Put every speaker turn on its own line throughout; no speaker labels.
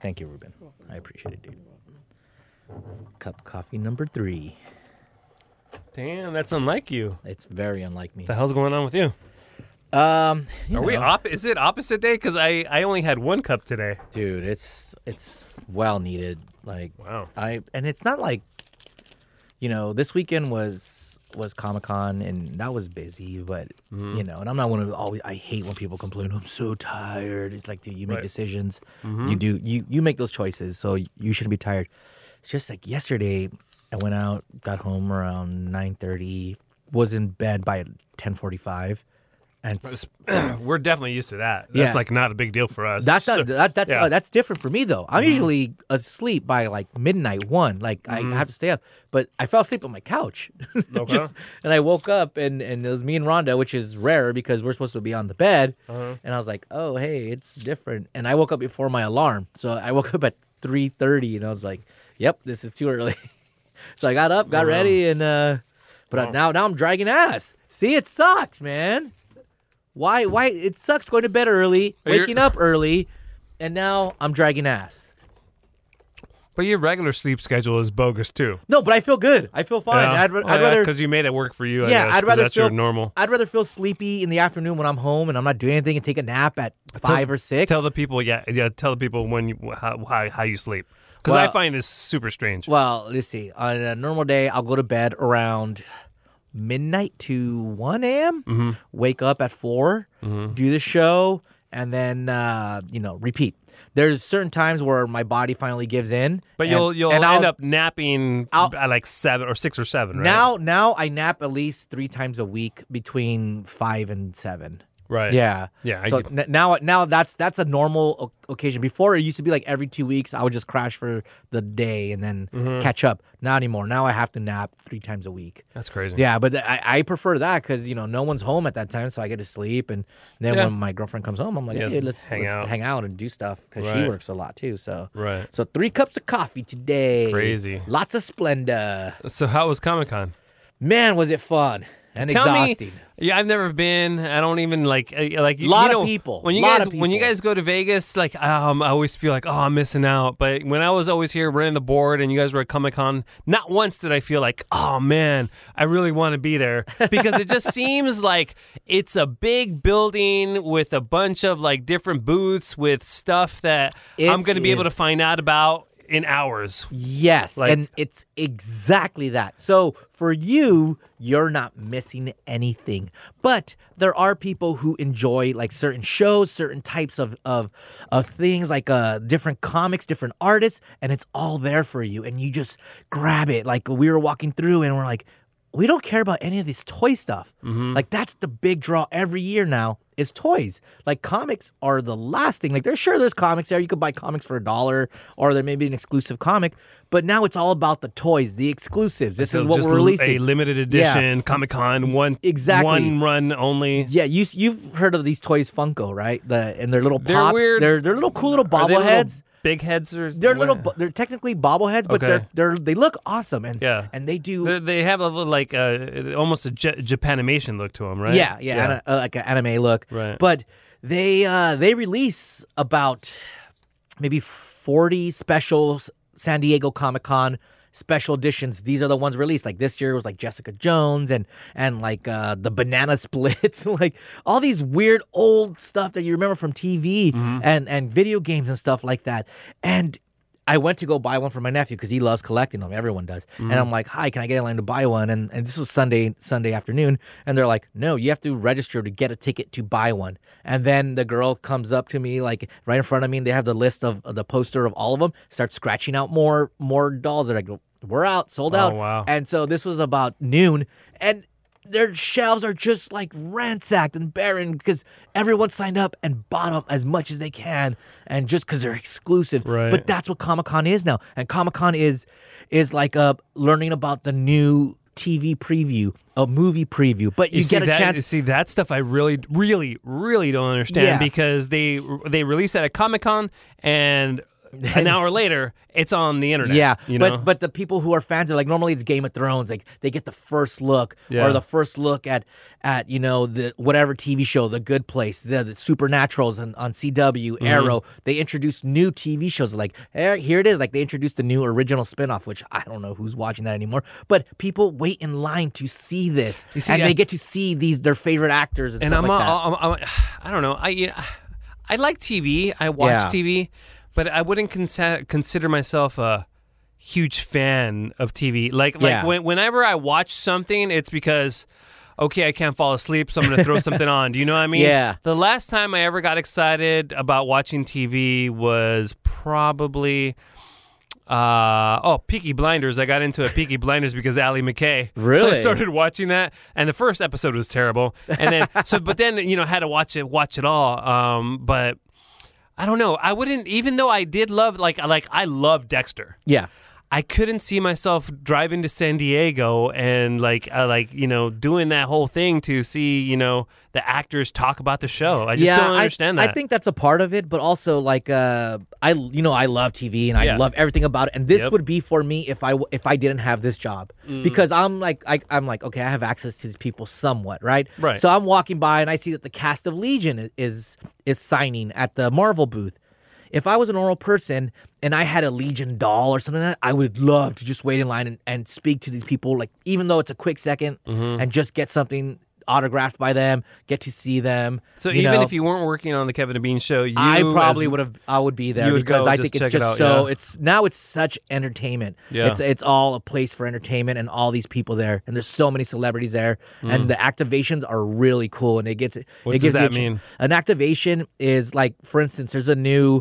Thank you, Ruben. I appreciate it, dude. Cup coffee number three.
Damn, that's unlike you.
It's very unlike me.
The hell's going on with you?
Um, you
Are we
know,
op? Is it opposite day? Because I I only had one cup today.
dude? It's it's well needed. Like
Wow.
I and it's not like you know this weekend was was Comic Con and that was busy, but
Mm-hmm.
you know, and I'm not one of always. I hate when people complain. I'm so tired. It's like, dude, you make
Right. Mm-hmm.
decisions. You do you you make those choices, so you shouldn't be tired. It's just like yesterday. I went out, got home around 9:30, was in bed by 10:45, and s-
We're definitely used to that. That's
Yeah.
like not a big deal for us.
That's not, that, that's
yeah. Mm-hmm.
uh, that's different for me though. I'm usually asleep by like midnight one. Like I have to stay up, but I fell asleep on my couch,
Mm-hmm. Okay.
Just- and I woke up and and it was me and Rhonda, which is rare because we're supposed to be on the bed.
Uh-huh.
And I was like, oh hey, it's different. And I woke up before my alarm, so I woke up at three thirty, and I was like, yep, this is too early. so I got up, got ready, and uh, but I- now now I'm dragging ass. See, it sucks, man. Why? Why? It sucks going to bed early,
You're-
waking up early, and now I'm dragging ass.
but your regular sleep schedule is bogus too.
No, but I feel good. I feel fine. I'd, ra- I'd rather.
because you made it work for you. I
yeah,
guess,
I'd
'cause
rather
that's
feel
your normal.
I'd rather feel sleepy in the afternoon when I'm home and I'm not doing anything and take a nap at five or six.
Tell the people, yeah, yeah. Tell the people when you, how, how how you sleep, because I
Well-
find this super strange.
well, let's see. On a normal day, I'll go to bed around midnight to one a.m.
Mm-hmm.
Wake up at 4 do the show, and then uh, you know repeat. There's certain times where my body finally gives in,
but
and-
you'll you'll
and
end
I'll-
up napping
I'll-
at like seven or six or seven. Right?
Now, now I nap at least three times a week between five and seven.
right?
Yeah,
Yeah, I
So n-
get-
now, now that's that's a normal o- occasion. Before it used to be like every two weeks, I would just crash for the day and then
Mm-hmm.
catch up. Not anymore. Now I have to nap three times a week.
that's crazy.
Yeah, but I, I prefer that because you know no one's home at that time, so I get to sleep. And then
Yeah.
when my girlfriend comes home, I'm like,
Yeah,
hey,
let's
let's
hang
let's
out."
hang out and do stuff because she
Right.
works a lot too. So
Right.
So three cups of coffee today.
Crazy.
Lots of Splenda.
So how was Comic Con?
Man, was it fun and exhausting.
Me, yeah, I've never been. I don't even like uh, like you-
Lot
you
of
know,
people.
When you
Lot
guys
of
when you
people.
guys go to Vegas, like um, I always feel like oh I'm missing out. But when I was always here running the board and you guys were at Comic Con, not once did I feel like oh man I really want to be there because it just seems like it's a big building with a bunch of like different booths with stuff that
It
I'm going to be able
is-
to find out about in hours.
Yes,
Like-
and it's exactly that. So for you, you're not missing anything. But there are people who enjoy like certain shows, certain types of of, of things, like uh, different comics, different artists, and it's all there for you. And you just grab it. Like we were walking through, and we're like, we don't care about any of this toy stuff.
Mm-hmm.
Like that's the big draw every year now is toys. Like comics are the last thing. Like there's sure there's comics there. You could buy comics for a dollar or there may be an exclusive comic, but now it's all about the toys, the exclusives. This is
So
what
just
we're
l-
releasing.
a limited edition Comic Con one
Exactly.
one run only.
yeah, you s- you've heard of these toys Funko, right? The and their little
They're
pops.
weird-
They're they're little cool little
Are they little
bobbleheads.
big heads, or
They're little.
what?
bo- They're technically bobbleheads, but
Okay.
they're they're they look awesome and
Yeah.
and they do
They- they have a little like uh, almost a J- Japanimation look to them, right?
Yeah, yeah, ana- uh, like an anime look.
Right.
But they uh, they release about maybe forty special s- San Diego Comic Con special editions. These are the ones released. Like this year was like Jessica Jones and and like uh, the banana splits, like all these weird old stuff that you remember from TV and and video games and stuff like that. And I went to go buy one for my nephew because he loves collecting them. Everyone does. And I'm like, hi, can I get in line to buy one? And, and this was Sunday Sunday afternoon. And they're like, no, you have to register to get a ticket to buy one. And then the girl comes up to me like right in front of me and they have the list of of the poster of all of them, start scratching out more more dolls. They're like, we're out, sold out.
wow.
And so this was about noon. And their shelves are just like ransacked and barren because everyone signed up and bought them as much as they can and just because they're exclusive
Right.
but that's what comic-con is now and comic-con is is like uh learning about the new tv preview a movie preview but you,
You, see
get a
that,
chance
you see that stuff. I really, really, really don't understand
Yeah.
because they they release that at Comic Con and an hour later, it's on the internet.
Yeah,
you know?
but but the people who are fans of like normally it's Game of Thrones, like they get the first look
Yeah.
or the first look at at you know the whatever TV show, The Good Place, the, the Supernaturals on, on CW,
Mm-hmm.
Arrow. They introduce new TV shows like eh, here it is, like they introduced the new original spinoff, which I don't know who's watching that anymore, but people wait in line to see this,
You see,
and
I-
they get to see these their favorite actors and,
and
stuff
I'm,
like
a-
that.
I'm, I'm, I don't know. I you know, I like TV. I watch
Yeah.
TV, but I wouldn't consider consider myself a huge fan of TV. Like like
Yeah.
when, whenever I watch something, it's because okay, I can't fall asleep, so I'm going to throw something on. Do you know what I mean?
Yeah.
The last time I ever got excited about watching TV was probably. Uh, oh, Peaky Blinders. I got into a Peaky Blinders because Ally McKay. So I
Really?
started watching that, and the first episode was terrible. And then, so, but then, you know, had to watch it, watch it all. Um, but I don't know. I wouldn't, even though I did love, like, like I love Dexter.
yeah,
I couldn't see myself driving to San Diego and like, uh, like you know, doing that whole thing to see, you know, the actors talk about the show. I just don't
I-
understand
I,
that.
think that's a part of it, but also like uh, I you know I love TV and I
Yeah.
love everything about it, and this
Yep. Mm.
would be for me if I w- if I didn't have this job because I'm like I, I'm like okay I have access to these people somewhat right
Right.
so I'm walking by and I see that the cast of Legion i- is is signing at the Marvel booth. If I was a normal person and I had a Legion doll or something like that, I would love to just wait in line and, and speak to these people, like even though it's a quick 2nd
Mm-hmm.
and just get something autographed by them, get to see them.
so even
know.
if you weren't working on the Kevin and Bean show, you
I probably
as-
would have. I would be
you
there
would
because
go
I
just
think
check
it's
it
just
out,
so.
yeah.
It's now it's such entertainment.
Yeah.
It's it's all a place for entertainment and all these people there and there's so many celebrities there and the activations are really cool and it gets.
Mm. What
it
does
gives you
that
a ch-
mean?
An activation is like, for instance, there's a new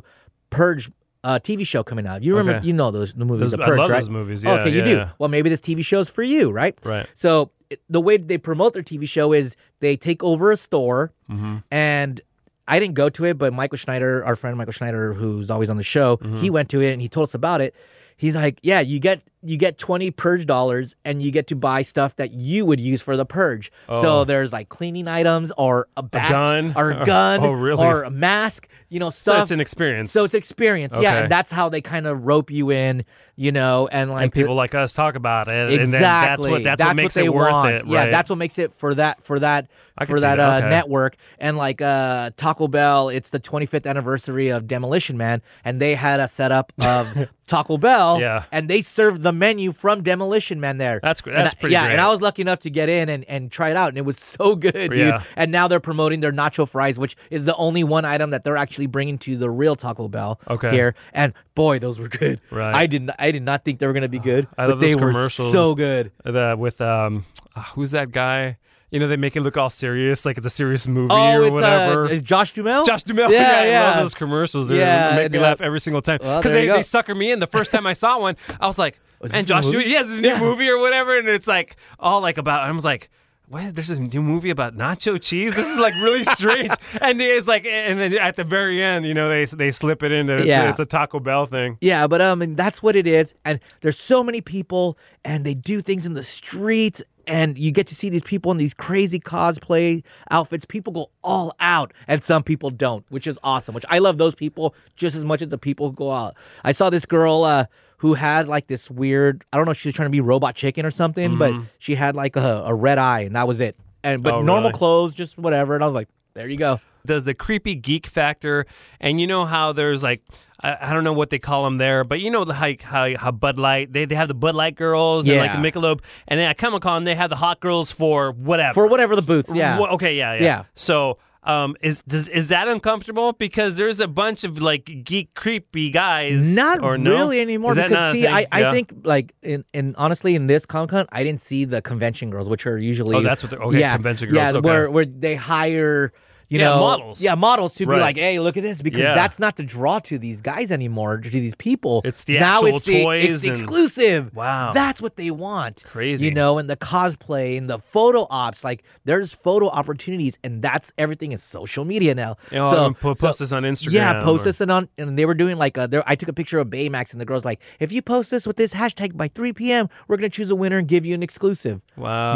Purge. Uh, TV show coming out. You remember,
Okay.
you know those the movies,
Those-
The
I
Purge,
love
right?
those movies,
Oh,
yeah,
okay,
yeah,
you do.
yeah.
Well, maybe this TV show's for you, right?
Right.
So it- the way they promote their TV show is they take over a store,
Mm-hmm.
and I didn't go to it, but Michael Schneider, our friend Michael Schneider, who's always on the show,
Mm-hmm.
he went to it and he told us about it. He's like, yeah, you get you get twenty purge dollars, and you get to buy stuff that you would use for the purge.
Oh.
So there's like cleaning items, or a, bat,
gun?
or a gun,
Oh, really?
or a mask, you know,
So
stuff.
it's an experience.
So it's experience, yeah,
Okay.
and that's how they kind of rope you in, you know, and like
and people like us talk about it.
Exactly.
And then that's what that's, what makes
they
it worth
want.
it.
Yeah,
right?
that's what makes it for that for that
I can
for
see
that,
that,
Uh,
okay.
network. And like uh, Taco Bell, it's the 25th anniversary of Demolition Man, and they had a setup of Taco Bell.
Yeah.
and they served the menu from Demolition Man there.
That's gr-
great.
that's pretty
Yeah,
great.
and I was lucky enough to get in and, and try it out, and it was so good, dude.
Yeah.
And now they're promoting their nacho fries, which is the only one item that they're actually bringing to the real Taco Bell
Okay.
here. And boy, those were good.
Right.
I didn't I did not think they were gonna be good.
I
but
love those
they
commercials.
Were so good.
the with um uh, who's that guy? You know, they make it look all serious, like it's a serious movie
Oh,
or
it's
whatever.
uh, is Josh Dumel.
Josh Duhamel,
Yeah,
I love
yeah.
those commercials.
Yeah,
Yeah, make me
yeah.
laugh every single time
Well,
because
there
they,
you go. Oh,
they sucker me in. The first time I saw one, I was like,
this
"And
a
Josh,
movie?"
Duhamel, yes, it's a new movie or whatever," and it's like all like about. I was like. What? There's this new movie about nacho cheese. This is like really strange, and it's like, and then at the very end, you know, they they slip it in that it's,
Yeah.
a, it's a Taco Bell thing.
Yeah, but um, and that's what it is. And there's so many people, and they do things in the streets, and you get to see these people in these crazy cosplay outfits. People go all out, and some people don't, which is awesome. Which I love those people just as much as the people who go out. I saw this girl uh who had like this weird. I don't know. if She was trying to be Robot Chicken or something, but she had like a, a red eye, and that was it. And but
Mm-hmm. Oh,
normal
really?
clothes, just whatever. And I was like, there you go.
there's the creepy geek factor, and you know how there's like I, I don't know what they call them there, but you know the how how, how Bud Light they, they have the Bud Light girls and like
Yeah.
the Michelob, and then at Comic Con they have the hot girls for whatever.
For whatever the booths, yeah.
Wha- okay. Yeah. Yeah.
Yeah.
So. Um, is does is that uncomfortable? Because there's a bunch of like geek creepy guys.
Not
or no?
really anymore.
Is that
because
not a
see,
thing?
I, I
Yeah.
think like in, in honestly in this Comic Con, I didn't see the convention girls, which are usually
Oh, that's what they're- okay,
yeah,
convention
yeah,
girls, okay.
where where they hire. You
Yeah,
know,
models.
Yeah, models to
Right.
be like, hey, look at this, because
Yeah.
that's not the draw to these guys anymore, to these people.
It's the
now
actual
it's the,
toys
it's the
and-
exclusive.
Wow.
that's what they want.
Crazy.
you know, and the cosplay and the photo ops. Like, there's photo opportunities, and that's everything is social media now.
You know,
so
Oh, I'm gonna po- post this on Instagram.
yeah, post
or-
this and on, and they were doing like a. there- I took a picture of Baymax, and the girl's like, "If you post this with this hashtag by 3 p.m., we're gonna choose a winner and give you an exclusive."
Wow.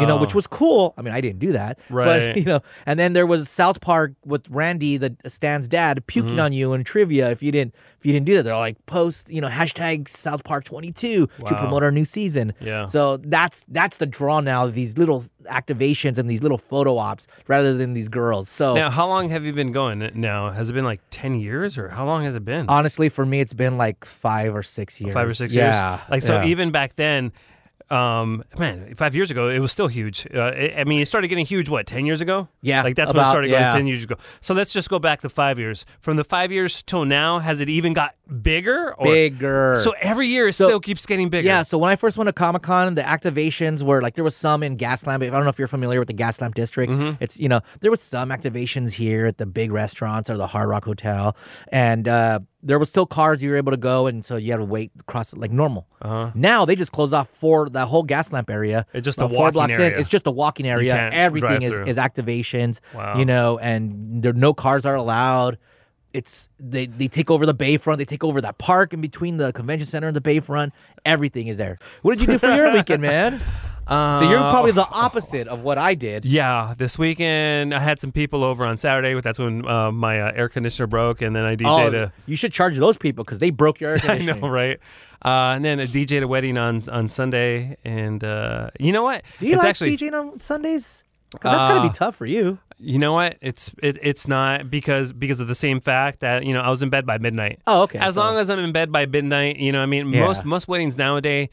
You know, which was cool. I mean, I didn't do that,
Right.
But you know, and then there was South Park are with Randy, the Stan's dad, puking
Mm-hmm.
on you in trivia if you didn't if you didn't do that. They're all like post, you know, hashtag South Park 22 to
Wow.
promote our new season.
Yeah.
So that's that's the draw now. These little activations and these little photo ops rather than these girls. So
Now, how long have you been going now? Has it been like 10 years or how long has it been?
honestly, for me, it's been like five or six years.
five or six
yeah.
years. Like so, e-
yeah.
even back then, um, man, five years ago, it was still huge. Uh, I I mean, it started getting huge. What ten years ago?
Yeah,
like that's when it
about-
started going
yeah.
ten years ago. So let's just go back to five years. From the five years till now, has it even got bigger? Or,
bigger.
So every year, it
So-
still keeps getting bigger.
Yeah, so when I first went to Comic Con, the activations were like there was some in Gaslamp. I don't know if you're familiar with the Gaslamp district.
Mm-hmm.
It's you know there was some activations here at the big restaurants or the Hard Rock Hotel, and uh, there was still cars you were able to go, and so you had to wait across like normal. Uh-huh. Now they just close off for the whole Gaslamp area.
It's just
About
a
four
walking
blocks
area.
in. It's just a walking area.
can't drive
Everything is,
through.
is activations.
Wow.
You know, and there no cars are allowed. It's they, they take over the bayfront. They take over that park in between the convention center and the bayfront. Everything is there. What did you do for your weekend, man? so
Uh,
you're probably the opposite of what I did.
Yeah, this weekend I had some people over on Saturday. That's when uh, my uh, air conditioner broke, and then I DJ'd
Oh,
a
you should charge those people because they broke your air
I
conditioning.
know, right? Uh, and then I DJ'd a wedding on on Sunday, and uh, you know what?
Do you
it's
like
actually,
DJing on Sundays? 'Cause that's gotta
Uh,
be tough for you.
You know what? It's it, it's not because because of the same fact that you know I was in bed by midnight.
Oh, okay,
As
so-
long as I'm in bed by midnight, you know, I mean,
Yeah.
most most weddings nowadays,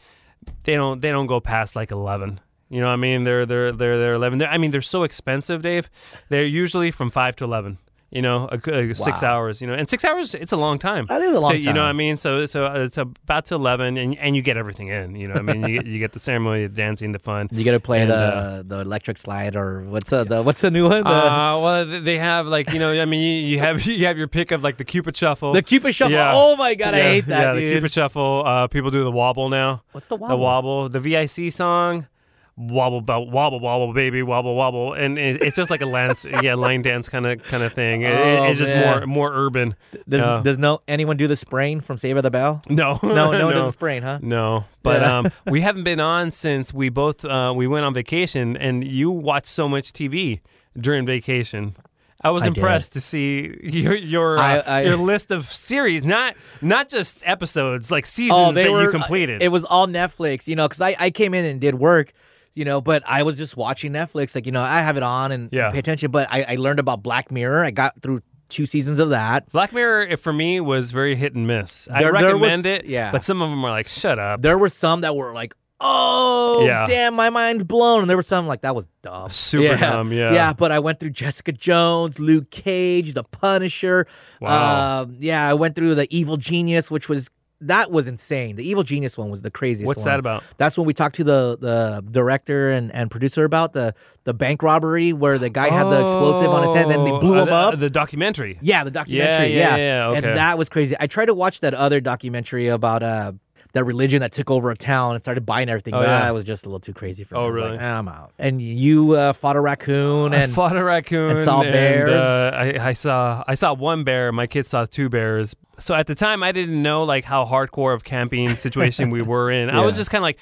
they don't they don't go past like eleven. You know, what I mean, they're they're they're they're eleven. They're, I mean, they're so expensive, Dave. They're usually from five to eleven. You know, a, good- uh, six
Wow.
hours. You know, and six hours it's a long time.
That is a long
So, You know
time.
what I mean? So so uh, it's about to eleven, and and you get everything in. You know, what I mean, you, get- you get the ceremony, the dancing, the fun.
You gotta play
And,
the
uh,
the electric slide or what's the, the what's the new one? The,
Uh, well, th- they have like you know, I mean, you, you have you have your pick of like the Cupid Shuffle,
the Cupid shuffle.
yeah.
Oh my god, I
Yeah,
hate
Yeah,
that,
the
dude.
Cupid Shuffle. Uh, people do the wobble now.
what's the
The
wobble?
wobble, the VIC song, wobble, bo- wobble, wobble, baby, wobble, wobble, and it, it's just like a lance, yeah, line dance kind of kind of thing. It-
Oh,
it's just
man.
more more urban.
Does
Yeah.
does no anyone do the sprain from Save the Bell?
no,
No, no, one does a sprain, huh?
No, but
Yeah.
um, we haven't been on since we both uh, we went on vacation, and you watched so much TV during vacation. I was
I did.
impressed to see your your
I-
uh,
I-
your list of series, not not just episodes, like seasons
Oh,
that you completed.
uh, It was all Netflix, you know, because I, I came in and did work, you know, but I was just watching Netflix. Like, you know, I have it on and
Yeah.
pay attention. But I, I learned about Black Mirror. I got through two seasons of that.
Black Mirror eh, for me was very hit and miss. I
There- there was-
recommend it,
yeah.
but some of them are like, shut up.
There were some that were like, oh,
Yeah.
damn, my mind's blown. And there were some like, that was dumb.
Super dumb, yeah.
Yeah, but I went through Jessica Jones, Luke Cage, The Punisher.
Wow.
Um, yeah, I went through The Evil Genius, which was. That was insane. The Evil Genius one was the craziest.
What's
one.
that about?
That's when we talked to the the director and, and producer about the the bank robbery where the guy had the explosive on his head and then they
Oh,
blew
uh,
him
the-
up.
The documentary.
yeah, the documentary.
yeah, yeah, okay.
And that was crazy. I tried to watch that other documentary about uh that religion that took over a town and started buying everything.
Oh,
but
yeah.
That was just a little too crazy for me.
Oh,
I was like,
really?
"Ah, I'm out. And you uh, fought a raccoon and
I fought a raccoon
and saw bears.
uh, I, I saw I saw one bear. My kids saw two bears. So at the time, I didn't know like how hardcore of camping situation we were in. I was
Yeah.
just kind of like,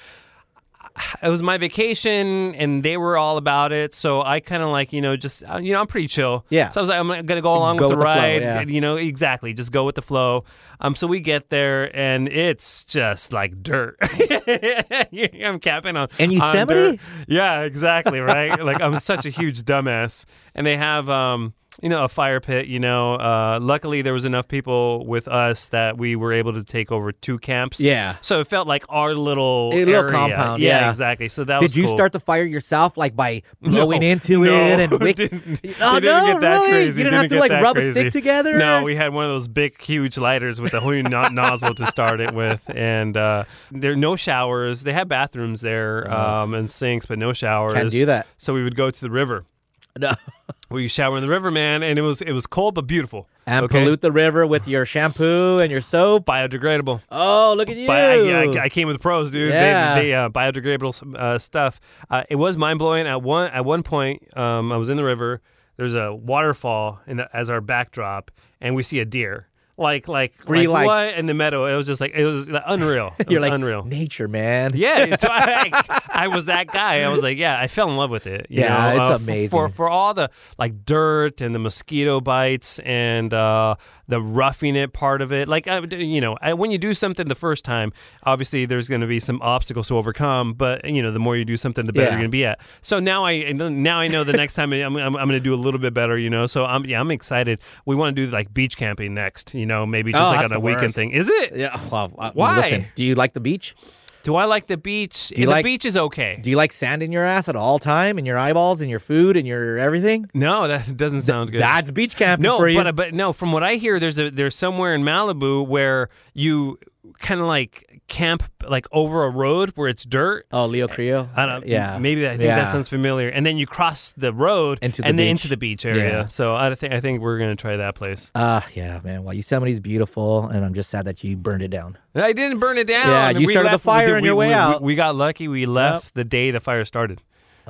it was my vacation, and they were all about it. So I kind of like you know just uh, you know I'm pretty chill.
Yeah.
So I was like I'm gonna go along
Go
with the,
with the flow,
ride.
yeah.
You know exactly. Just go with the flow. Um. So we get there, and it's just like dirt. I'm camping on
In
on
Yosemite?
dirt. Yeah, exactly, right? like I'm such a huge dumbass. And they have um you know, a fire pit, you know. Uh, luckily, there was enough people with us that we were able to take over two camps.
Yeah.
So it felt like our little,
A little
area.
compound, yeah.
exactly. So that was
did you
cool.
start the fire yourself, like by blowing
No,
into
no,
it and wick-
didn't,
Oh, no,
they didn't get that
really?
crazy.
You didn't have to,
get
like,
that
rub a
crazy.
stick together?
No, we had one of those big, huge lighters with a whole no- nozzle to start it with, and uh, there are no showers. They had bathrooms there um, and sinks, but no showers.
Oh. Can't do that.
So we would go to the river.
No.
We shower in the river, man, and it was it was cold but beautiful.
and
okay?
pollute the river with your shampoo and your soap.
biodegradable.
Oh, look at you!
But I, yeah, I- I came with the pros, dude. They-
Yeah.
They, uh, biodegradable uh, stuff. Uh, it was mind blowing. At one at one point, um, I was in the river. There's a waterfall in the, as our backdrop, and we see a deer. Like like
Were you like-
what in the meadow? It was just like it was like, unreal. It
You're
was
like
unreal.
nature, man.
Yeah, it's like, I was that guy. I was like, yeah, I fell in love with it. you
Yeah,
know,
it's
uh, f-
amazing.
For for all the like dirt and the mosquito bites and uh, the roughing it part of it. Like I, would- you know, I, when you do something the first time, obviously there's going to be some obstacles to overcome. But you know, the more you do something, the better
Yeah.
you're going to be at. So now I and then- now I know the next time I'm, I'm, I'm going to do a little bit better. You know, so I'm yeah I'm excited. We want to do like beach camping next. You know, maybe just
Oh,
like
that's
on a
the
weekend
worst.
thing. Is it?
Yeah. Well, I-
Why?
Listen, do you like the beach?
Do I like the beach?
you
the
like-
beach is okay.
Do you like sand in your ass at all time, and your eyeballs, and your food, and your everything?
No, that doesn't sound good.
That's beach camping
no,
for you.
but but no. From what I hear, there's a there's somewhere in Malibu where you kind of like camp like over a road where it's dirt. Eh,
oh, Leo Creo.
I don't.
Yeah.
Maybe I think
Yeah.
that sounds familiar. And then you cross the road
Into the
and then
beach.
into the beach area.
Yeah.
So I think I think we're gonna try that place.
Ah, yeah, man. Well, Yosemite's beautiful, and I'm just sad that you burned it down.
I didn't burn it down.
Yeah,
I mean,
you
we
started the
left-
fire
dude,
on
we-
your way
we-
out.
We, we got lucky. We left the day the fire started.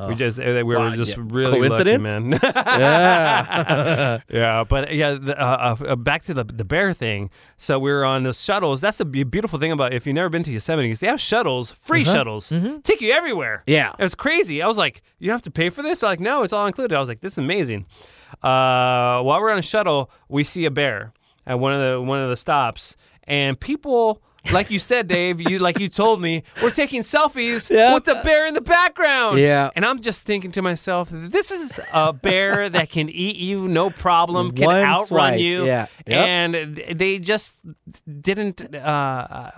We just eh, we were
Wow,
just
Oh. yeah.
really lucky,
Coincidence?
man. yeah, but yeah, the, uh, uh, uh, back to the the bear thing. So we were on the shuttles. That's the be- beautiful thing about if you've never been to Yosemite, is they have shuttles, free
Uh-huh.
shuttles,
Mm-hmm.
take you everywhere.
Yeah.
it was crazy. I was like, you don't have to pay for this. They're like, no, it's all included. I was like, this is amazing. Uh, while we're on a shuttle, we see a bear at one of the one of the stops, and people. Like you said, Dave, you like you told me, we're taking selfies
Yeah.
with the bear in the background.
Yeah.
And I'm just thinking to myself, this is a bear that can eat you, no problem, can
One
outrun
swipe,
you.
yeah. Yep.
And th- they just didn't. Uh,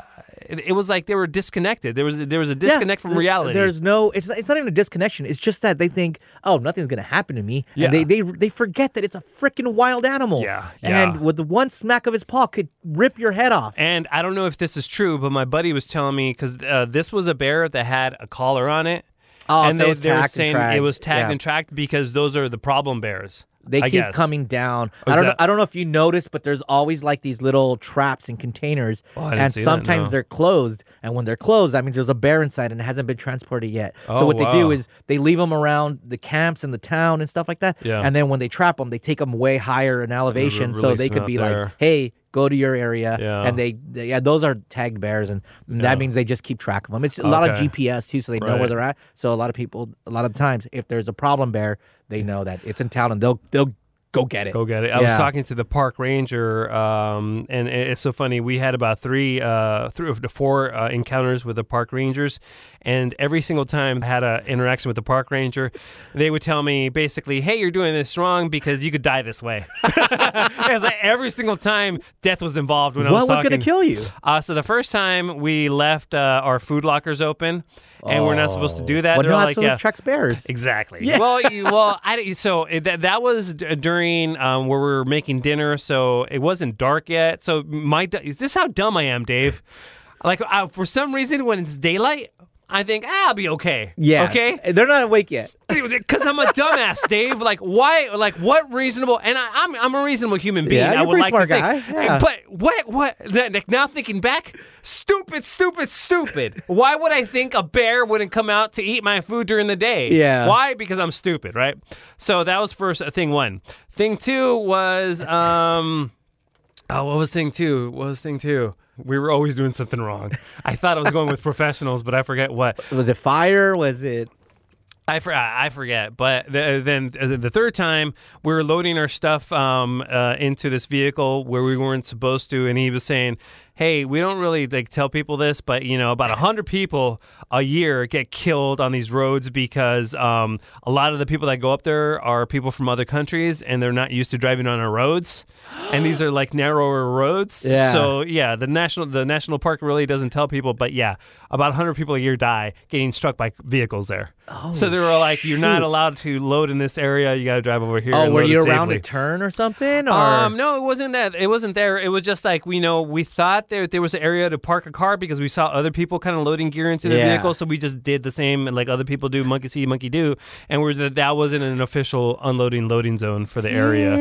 it it was like they were disconnected. There was there was a
Yeah,
disconnect from
th-
reality.
There's no. It's not, it's not even a disconnection. It's just that they think, oh, nothing's gonna happen to me.
Yeah.
And they they they forget that it's a freaking wild animal.
Yeah, yeah.
And with one smack of his paw, could rip your head off.
and I don't know if this is true, but my buddy was telling me because uh, this was a bear that had a collar on it.
Oh,
and
so
they,
it's
they were
tagged and
saying it
tracked.
was tagged
Yeah.
and tracked because those are the problem bears.
They
I
keep
guess. Oh,
coming down. I don't.
that-
Know, I don't know if you noticed, but there's always like these little traps and containers,
Oh, I didn't
and
see that,
sometimes
no.
they're closed. And when they're closed, that means there's a bear inside and it hasn't been transported yet.
Oh,
so what they
wow.
do is they leave them around the camps and the town and stuff like that.
Yeah.
And then when they trap them, they take them way higher in elevation, so
release
they
them
could
out
be
there.
like, "Hey, go to your area."
Yeah.
And they, they- yeah, those are tagged bears, and that means they just keep track of them. It's a lot of
Okay.
GPS too, so they know
Right.
where they're at. So a lot of people, a lot of times, if there's a problem bear, they know that it's in town and they'll they'll go get it.
Go get it. I was
Yeah.
talking to the park ranger, um, and it- it's so funny. We had about three, uh, three of the four uh, encounters with the park rangers, and every single time I had an interaction with the park ranger, they would tell me basically, "Hey, you're doing this wrong because you could die this way." it was like every single time death was involved when I was
What was
talking.
going to kill you?
Uh, so the first time we left uh, our food lockers open, and we're not supposed to do that.
Well,
They're
no,
like,
that's Oh. what
yeah.
attracts bears.
Exactly. Well, you, well, I, di- so it- that that was d- during um, where we were making dinner, so it wasn't dark yet. So my d- is this how dumb I am, Dave? Like I, for some reason, when it's daylight, I think ah, I'll be okay.
Yeah. Eh,
Okay.
They're not awake yet.
Because I'm a dumbass, Dave. Like, why? Like, what reasonable? And I, I'm I'm a reasonable human being.
Yeah,
I
you're a
would
pretty
like
smart
to
guy.
think.
Yeah.
But what? What? then, Like now thinking back, stupid, stupid, stupid. why would I think a bear wouldn't come out to eat my food during the day?
Yeah.
Why? Because I'm stupid, right? So that was first uh, thing one. Thing two was um. Oh, what was thing two? What was thing two? We were always doing something wrong. I thought I was going with professionals, but I forget what.
Was it fire? Was it?
I, for, I I forget, but the, then uh, the third time we were loading our stuff um, uh, into this vehicle where we weren't supposed to, and he was saying, "Hey, we don't really like tell people this, but you know, about hundred people a year get killed on these roads because um, a lot of the people that go up there are people from other countries, and they're not used to driving on our roads, and these are like narrower roads,
Yeah.
so yeah, the national the national park really doesn't tell people, but yeah, about 100 people a year die getting struck by vehicles there. so they were like, you're not allowed to load in this area. You got to drive over here.
Oh,
and
were
load
you
it
around
safely."
a turn or something? Or
Um, no, it wasn't that. It wasn't there. It was just like we know we thought there there was an area to park a car because we saw other people kind of loading gear into their
Yeah.
vehicles, so we just did the same like other people do, monkey see, monkey do, and we're that that wasn't an official unloading loading zone for the area.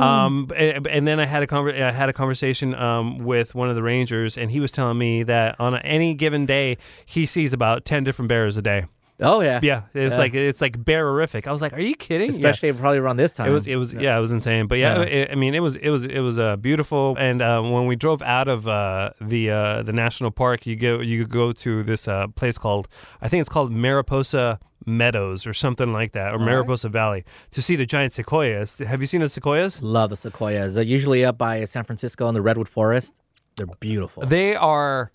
Um, b- and, and then I had a conver- I had a conversation um, with one of the rangers, and he was telling me that on any given day he sees about ten different bears a day.
Oh yeah,
Yeah, it's
Yeah.
like it's like bearerific. I was like, "Are you kidding?" Yeah.
Especially probably around this time.
It was, it was, yeah, it was insane. But yeah,
Yeah.
It, I mean, it was, it was, it was uh, beautiful. And uh, when we drove out of uh, the uh, the national park, you go, you go to this uh, place called, I think it's called Mariposa Meadows or something like that, or Mariposa Valley, to see the giant sequoias. Have you seen the sequoias?
Love the sequoias. They're usually up by San Francisco in the redwood forest. They're beautiful.
They are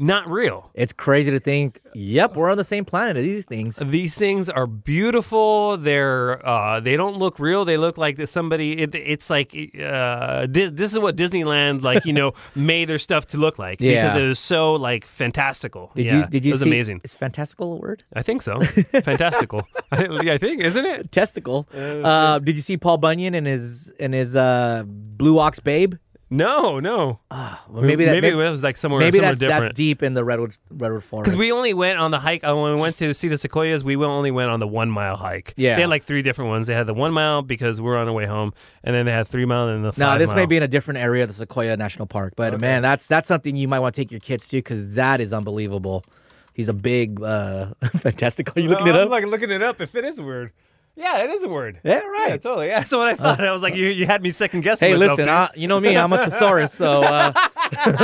not real.
it's crazy to think. Yep, we're on the same planet as these things.
These things are beautiful. They're uh, they don't look real. They look like that somebody. It, it's like uh, Dis, this is what Disneyland like you know made their stuff to look like because
Yeah.
it was so like fantastical.
Did
yeah,
you did you
it was
see,
amazing.
Is fantastical a word?
I think so. fantastical. I, yeah, I think isn't it?
Testicle. Uh, did you see Paul Bunyan and his and his uh, blue ox babe?
No, no.
Ah, well, maybe that
maybe,
maybe,
it was like somewhere
maybe
somewhere
that's
different.
that's deep in the redwood redwood forest.
Because we only went on the hike uh, when we went to see the sequoias. We only went on the one mile hike.
Yeah.
they had like three different ones. They had the one mile because we are on our way home, and then they had three mile and the five
No, this may
mile.
be in a different area of the Sequoia National Park, but man, that's that's something you might want to take your kids to because that is unbelievable. He's a big, uh, fantastic. Are you looking
No,
it
I'm
up?
like looking it up. If it is a word, yeah, it is a word.
yeah, right. Uh,
Yeah, totally. Yeah, that's what I thought. I was like, you, you had me second guessing.
hey,
myself,
listen,
dude.
I, you know me, I'm a thesaurus, so uh,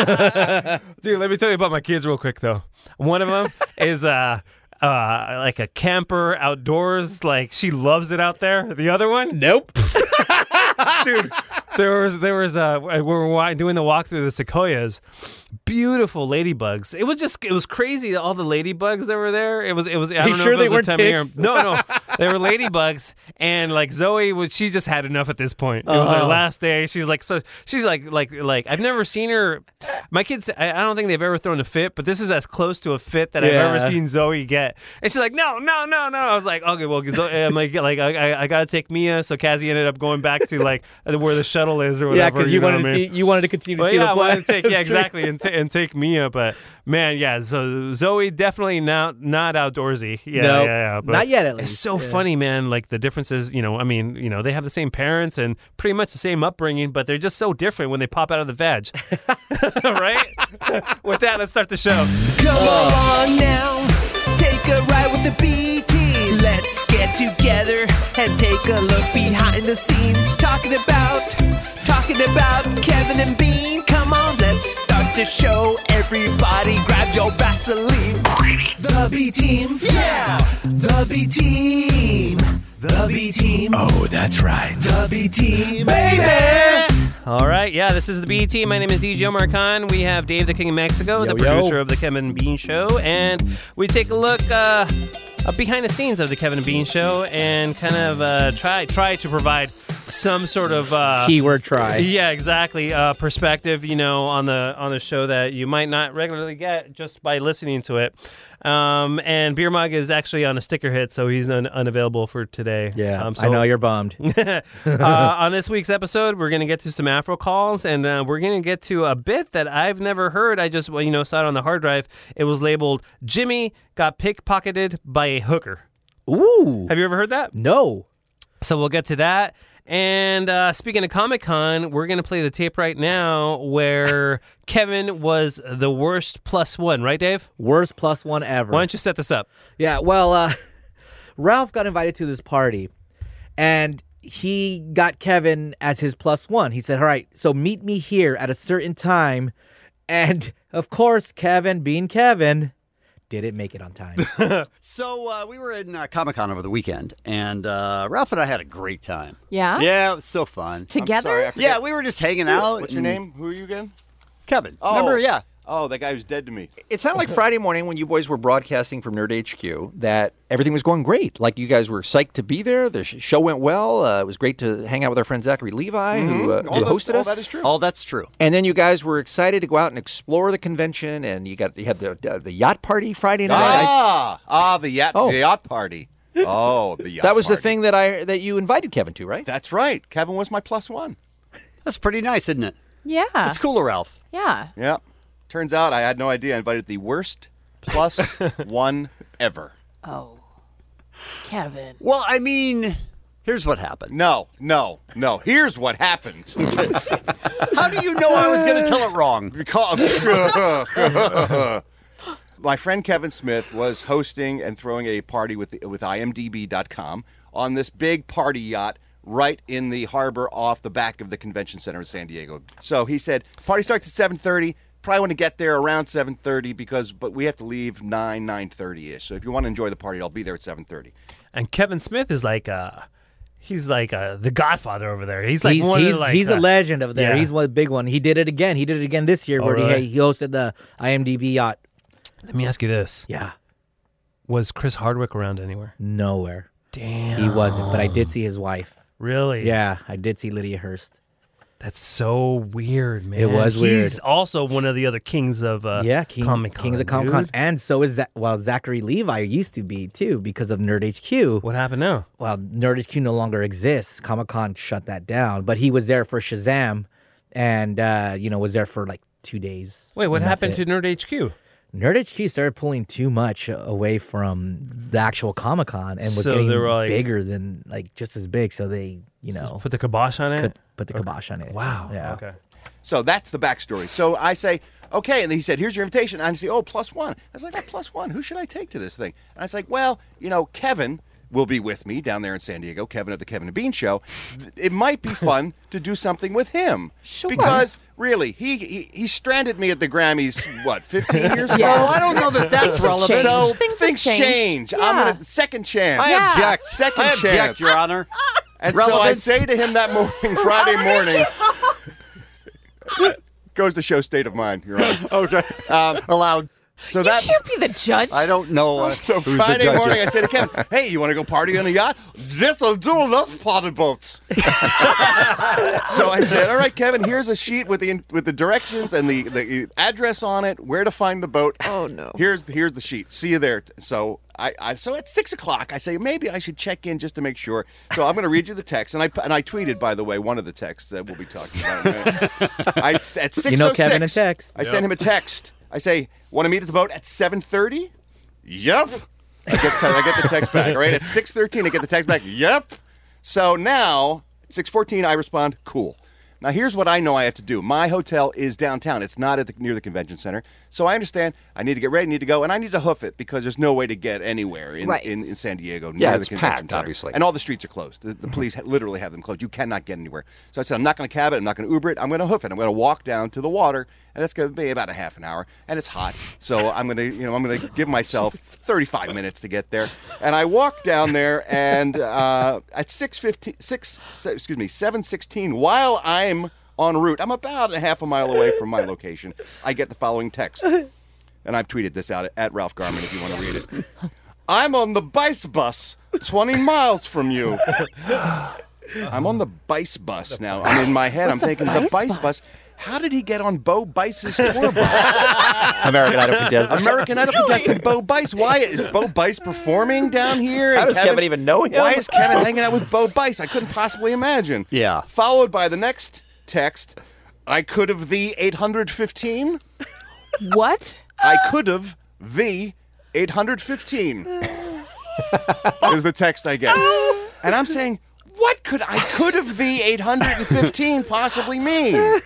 Dude, let me tell you about my kids real quick though. One of them is uh, uh, like a camper outdoors. Like she loves it out there. The other one,
nope.
dude. There was there was uh we were wa- doing the walk through the sequoias, beautiful ladybugs. It was just it was crazy all the ladybugs that were there. It was it was I don't
you
know
sure
if it
they
was
weren't
the time of year.
ticks?
No no they were ladybugs and like Zoe was she just had enough at this point. It was her
Oh.
last day. She's like so she's like like like I've never seen her. My kids I, I don't think they've ever thrown a fit, but this is as close to a fit that I've ever
Yeah.
seen seen Zoe get? And she's like, no, no, no, no. I was like, okay, well, Zoe, I'm like, like I, I, I gotta take Mia. So Cassie ended up going back to like where the shuttle is or
yeah,
whatever.
because you,
know
wanted
what I
to
mean?
see, you wanted to continue to
Well,
see
yeah,
the
I
play.
wanted to take yeah exactly and, ta and take Mia, but man, yeah. So Zoe definitely not not outdoorsy. Yeah,
Nope.
yeah, yeah. But
Not yet, at
It's
least.
so funny, man. Like the differences. You know, I mean, you know, they have the same parents and pretty much the same upbringing, but they're just so different when they pop out of the veg. right. with that, let's start the show.
Come along now, take a ride with the BT. Let's get together and take a look behind the scenes. Talking about, talking about Kevin and Bean. Come on, let's start the show. Everybody, grab your Vaseline. The B Team, yeah. The B Team, the B Team. Oh, that's right. The B Team, baby.
All right, yeah, this is the B team. My name is DJ Omar Khan. We have Dave, the King of Mexico, the
yo.
producer of the Kevin and Bean Show, and we take a look uh, uh, behind the scenes of the Kevin and Bean Show and kind of uh, try try to provide some sort of uh,
Keyword try.
yeah, exactly. Uh, perspective, you know, on the on the show that you might not regularly get just by listening to it. Um, and Beer Mug is actually on a sticker hit, so he's un- unavailable for today.
Yeah,
um,
I
so-
know you're bummed.
uh, on this week's episode, we're going to get to some Afro calls, and uh, we're going to get to a bit that I've never heard. I just, well, you know, saw it on the hard drive. It was labeled "Jimmy got pickpocketed by a hooker."
Ooh,
Have you ever heard that?
no.
So we'll get to that. And uh, speaking of Comic Con, we're going to play the tape right now where Kevin was the worst plus one, right, Dave?
Worst plus one ever.
Why don't you set this up?
Yeah, well, uh, Ralph got invited to this party and he got Kevin as his plus one. He said, All right, so meet me here at a certain time. And of course, Kevin, being Kevin, didn't make it on time.
So uh, we were in uh, Comic Con over the weekend, and uh, Ralph and I had a great time.
Yeah?
Yeah, it was so fun.
Together?
sorry, I forget-
yeah, we were just hanging out.
What's your
and-
name? Who are you again?
Kevin. Remember? Yeah.
Oh, that guy who's dead to me.
It sounded like Friday morning when you boys were broadcasting from Nerd HQ that everything was going great. Like you guys were psyched to be there. The sh- show went well. Uh, it was great to hang out with our friend Zachary Levi, who, uh,
Mm-hmm. All
who
that's-
hosted
all
us.
that is true.
All that's true.
and then you guys were excited to go out and explore the convention, and you got you had the the yacht party Friday night. I-
ah, ah, the yacht,
Oh.
the yacht party. Oh, the yacht.
that was the
party.
thing that I that you invited Kevin to, right?
That's right. Kevin was my plus one.
That's pretty nice, isn't it?
Yeah.
It's cool, Ralph.
Yeah.
Yeah. Turns out I had no idea. I invited the worst plus one ever.
Oh. Kevin.
Well, I mean, here's what happened.
No, no, no. Here's what happened.
How do you know I was going to tell it wrong?
Because my friend Kevin Smith was hosting and throwing a party with the, with IMDb.com on this big party yacht right in the harbor off the back of the convention center in San Diego. So he said, party starts at 7:30. Probably want to get there around 7:30 because, but we have to leave 9 9:30 ish. So if you want to enjoy the party, I'll be there at 7:30.
And Kevin Smith is like, uh, he's like uh, the Godfather over there. He's like
he's,
one
he's,
of like
he's
uh,
a legend of there.
yeah.
He's one big one. He did it again. He did it again this year where
really?
he, he hosted the IMDb yacht.
Let me ask you this:
Yeah,
Was Chris Hardwick around anywhere?
nowhere
Damn,
he wasn't, but I did see his wife.
really?
Yeah, I did see Lydia Hurst.
that's so weird, man.
was
he's
weird.
He's also one of the other kings of uh,
yeah, King,
Comic-Con,
Kings of Comic Con,
dude.
and so is Zach, well Zachary Levi used to be too because of Nerd HQ.
What happened now?
well, Nerd HQ no longer exists. Comic Con shut that down, but he was there for Shazam, and uh, you know was there for like two days.
Wait, what
and that's
happened
it.
to Nerd HQ?
Nerd HQ started pulling too much away from the actual Comic Con and was
So they
getting
were like-
bigger than like just as big. So they, you know,
Put the kibosh on it.
put, put the kibosh on it.
wow.
Yeah.
Okay.
So that's the backstory. So I say, okay. And he said, here's your invitation. And I say, oh, plus one. I was like, oh, plus one. Who should I take to this thing? And I was like, well, you know, Kevin will be with me down there in San Diego, Kevin of the Kevin and Bean Show. Th- It might be fun to do something with him. Sure. Because really, he, he he stranded me at the Grammys, what, 15 years ago?
Yeah.
Well, I don't know that that's relevant.
change.
So
Things have
things
changed.
change. I'm
Yeah.
going to second chance.
I
Yeah.
object.
Second
I object,
chance.
Your Honor.
And
Relevance.
so I say to him that morning, Friday morning, goes to show state of mind. You're on.
Okay. Um, allowed.
So that.
you can't be the judge.
I don't know. Uh,
So
who's the
Friday
judge.
morning, I said to Kevin, "Hey, you want to go party on a yacht? This'll do enough party boats." so I said, "All right, Kevin, here's a sheet with the with the directions and the, the address on it, where to find the boat.
Oh, no.
Here's here's the sheet. See you there." So I, I so at six o'clock, I say maybe I should check in just to make sure. So I'm going to read you the text, and I and I tweeted by the way one of the texts that we'll be talking about. In a minute. I, at six
You know Kevin a text.
I send him a text. I say, "Want to meet at the boat at 7.30? Yep. I get, the te- I get the text back. Right at six thirteen, I get the text back. Yep. So now six fourteen, I respond, "Cool." Now here's what I know I have to do. My hotel is downtown. It's not at the, near the convention center, so I understand I need to get ready, need to go, and I need to hoof it because there's no way to get anywhere in
Right.
in, in San Diego
Yeah,
near
it's
the convention
packed,
center.
obviously.
And all the streets are closed. The, the police ha- literally have them closed. You cannot get anywhere. So I said, I'm not going to cab it. I'm not going to Uber it. I'm going to hoof it. I'm going to walk down to the water, and that's going to be about a half an hour. And it's hot, so I'm going to, you know, I'm going to give myself 35 minutes to get there. And I walk down there, and uh, at 6:15, six, se- excuse me, 7:16, while I'm en route, I'm about a half a mile away from my location. I get the following text and I've tweeted this out at Ralph Garman if you want to read it. I'm on the Bice bus, 20 miles from you. I'm on the Bice bus now. I'm in my head. I'm thinking the
Bice
Bice
bus?
bus. How did he get on Bo Bice's tour bus?
American Idol contestant.
American Idol contestant Bo Bice. Why is Bo Bice performing down here?
How
And
does Kevin
Kevin's-
even know him?
Why is Kevin hanging out with Bo Bice? I couldn't possibly imagine.
Yeah.
Followed by the next text. I could have the 815.
what?
I could have the 815 is the text I get. And I'm saying, what could I could have the 815 possibly mean?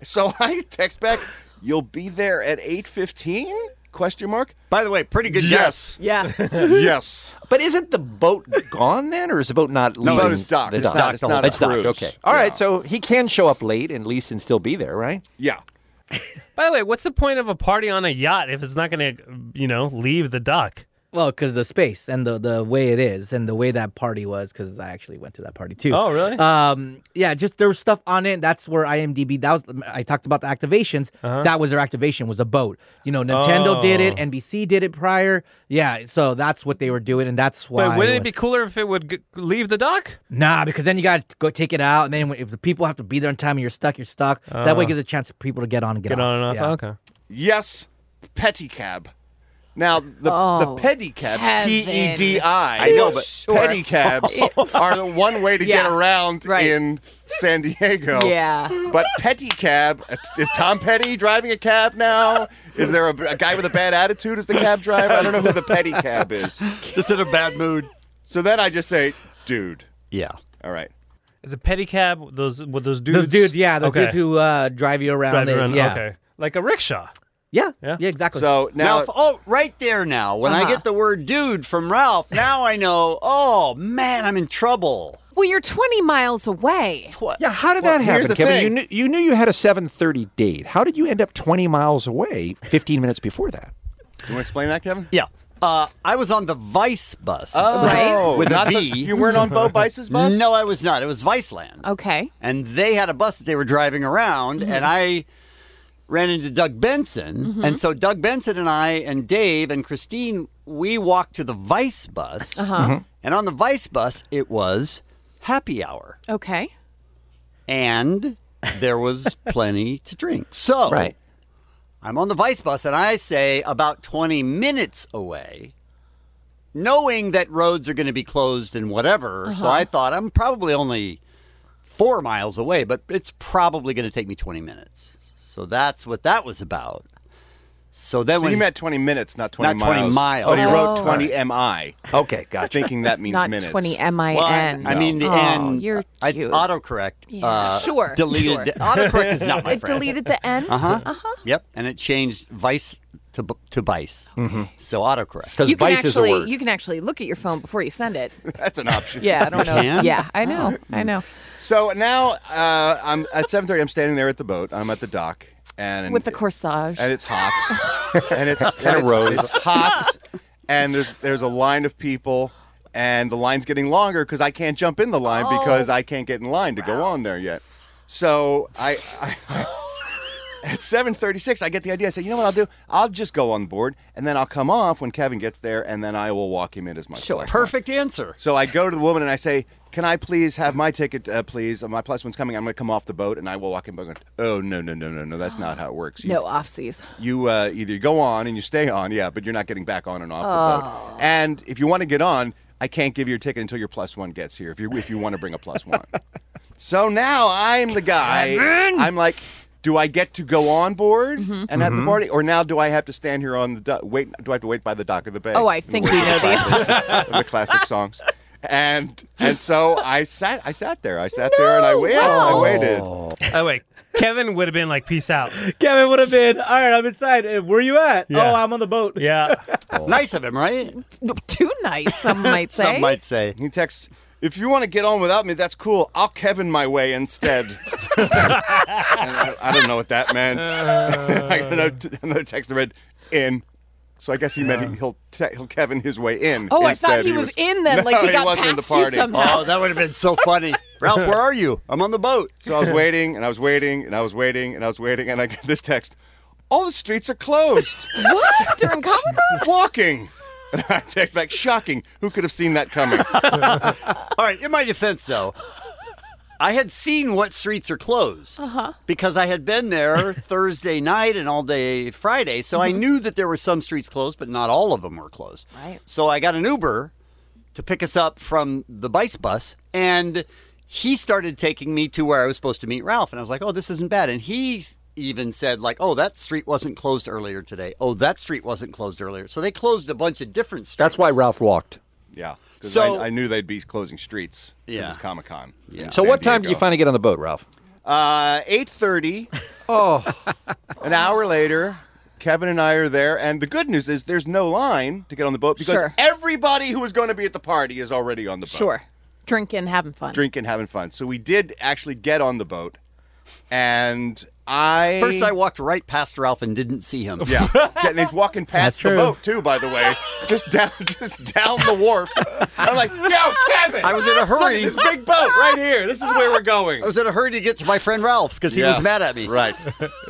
So I text back, you'll be there at 815? Question mark?
By the way, pretty good
Yes.
Yeah.
Yes.
But isn't the boat gone then, or is the boat not leaving?
No, it's docked.
the
It's
dock?
not- it's not a
It's docked,
cruise.
Okay. All right.
Yeah.
So he can show up late and least and still be there, right?
Yeah.
By the way, what's the point of a party on a yacht if it's not going to, you know, leave the dock?
Well, because the space and the the way it is and the way that party was, because I actually went to that party too.
Oh, really?
Um, yeah, just there was stuff on it. That's where IMDb. That was I talked about the activations. That was their activation was a boat. You know, Nintendo did it,
Uh-huh. Oh.
NBC did it prior. Yeah, so that's what they were doing, and that's why.
But wouldn't it be
was-
cooler if it would g- leave the dock?
Nah, because then you gotta go take it out, and then if the people have to be there on time, and you're stuck. You're stuck. that way, it gives a chance for people to get on and get,
Oh. Get on and off.
Yeah.
Okay.
Yes. Pedicab. Now the
Oh,
the pedicabs,
Kevin.
P E D I.
I know, but- Sure.
Oh.
pedicabs are the one way to get
Yeah,
around
right.
in San Diego.
Yeah.
But Petty Cab, is Tom Petty driving a cab now? Is there a, a guy with a bad attitude as the cab driver? I don't know who the Petty Cab is.
Just in a bad mood.
So then I just say, dude.
Yeah.
All right.
Is a pedicab those with those dudes?
Those dudes, yeah, those
Okay.
dudes who uh, drive you around.
Drive
they-
around-
yeah.
Okay. Like a rickshaw.
Yeah, yeah,
Yeah.
exactly.
So now,
Ralph, oh, right there now. When I
Uh-huh.
get the word dude from Ralph, now I know, oh, man, I'm in trouble.
Well, you're 20 miles away.
Yeah, how did
Well,
that
here's
happen,
the
Kevin? You
thing.
knew you knew you had a 7:30 date. How did you end up 20 miles away 15 minutes before that?
you want to explain that, Kevin? Oh.
Yeah. Uh, I was on the Vice bus.
Right?
With a
not the-
V.
you weren't on Bo Bice's bus.
No, I was not. It was Viceland.
Okay.
And they had a bus that they were driving around, and I ran into Doug Benson. And so Doug Benson and I and Dave and Christine, we walked to the Vice bus. And on the Vice bus, it was happy hour.
Okay.
and there was plenty to drink. So
Right.
I'm on the Vice bus and I say about 20 minutes away, knowing that roads are going to be closed and whatever. So
Uh-huh.
I thought I'm probably only four miles away, but it's probably going to take me 20 minutes. So that's what that was about. So then
So
when
you meant 20 minutes, not 20
Not
miles.
20 miles.
But he wrote
Oh.
20 mi,
Okay, gotcha.
thinking that means
Not
minutes.
20 M I
Well, I,
N.
I mean the
Oh,
end.
you're
I,
cute.
autocorrect.
Yeah.
uh,
Sure,
Deleted.
sure.
Autocorrect is not my
It
friend.
deleted the N. Uh-huh.
Uh huh. Uh huh. Yep. And it changed vice to b- to vice. So autocorrect.
Mm-hmm. Because
You can
vice is a
actually
word.
you can actually look at your phone before you send it.
That's an option.
Yeah, I don't know.
can?
Yeah, I know. I know.
So now uh, I'm at 7:30. I'm standing there at the boat. I'm at the dock, and
With the corsage.
and it's hot, and it's and
a
it's,
rose.
it's hot, and there's there's a line of people, and the line's getting longer because I can't jump in the line
Oh.
because I can't get in line to go on there yet. So I, I at 7:36 I get the idea. I say, you know what I'll do? I'll just go on board, and then I'll come off when Kevin gets there, and then I will walk him in as my
Sure.
flight.
Perfect answer.
So I go to the woman and I say, "Can I please have my ticket, uh, please? Uh, My plus one's coming. I'm going to come off the boat." And I will walk in. but Going, oh no, no, no, no, no. That's not how it works. You,
no offsies.
You uh, either you go on and you stay on, yeah, but you're not getting back on and off the
Oh.
boat. And if you want to get on, I can't give you your ticket until your plus one gets here. If you if you want to bring a plus one. so now I'm the guy. I'm like. Do I get to go on board
Mm-hmm.
and have the party, or now do I have to stand here on the dock? Wait, do I have to wait by the dock of the bay?
Oh, I
and
think
wait
we
for
know the
classic- the classic songs. And and so I sat I sat there. I sat there and I waited. I waited.
Oh wait, Kevin would have been like, "Peace out."
Kevin would have been all right. I'm inside. Uh, Where you at?
Yeah.
Oh, I'm on the boat.
Yeah.
Nice of him, right?
Too nice, some might say.
Some might say.
He texts, if you want to get on without me, that's cool. I'll Kevin my way instead. And I, I don't know what that meant. I got another t- another text that read, in. So I guess he meant he- he'll, te- he'll Kevin his way in.
Oh, I
instead.
thought he was in then, like he
he
got
wasn't in the
past you
party.
somehow.
Oh, that would have been so funny. Ralph, where are you? I'm on the boat.
So I was waiting and I was waiting and I was waiting and I was waiting and I got this text. All the streets are closed.
What? During Comic Con?
walking. And I text back, shocking. Who could have seen that coming?
All right, in my defense, though, I had seen what streets are closed because I had been there Thursday night and all day Friday. So
Mm-hmm.
I knew that there were some streets closed, but not all of them were closed.
Right.
So I got an Uber to pick us up from the Bice bus and he started taking me to where I was supposed to meet Ralph. And I was like, oh, this isn't bad. And he even said like oh that street wasn't closed earlier today oh that street wasn't closed earlier so they closed a bunch of different streets
That's why Ralph walked.
Yeah. 'cause
So-
I, I knew they'd be closing streets
Yeah.
with this Comic Con. Yeah.
So what time did you finally get on the boat, Ralph?
Uh, eight thirty. Oh. An hour later, Kevin and I are there, and the good news is there's no line to get on the boat because
Sure.
everybody who was going to be at the party is already on the boat.
Sure. Drinking, having fun.
Drinking, having fun. So we did actually get on the boat, and I
First, I walked right past Ralph and didn't see him.
Yeah, and he's walking past the
true.
boat too. By the way, just down, just down the wharf. I'm like, yo, Kevin.
I was in a
Look
hurry.
at this big boat right here. This is where we're going.
I was in a hurry to get to my friend Ralph because he was
Yeah.
mad at me.
Right.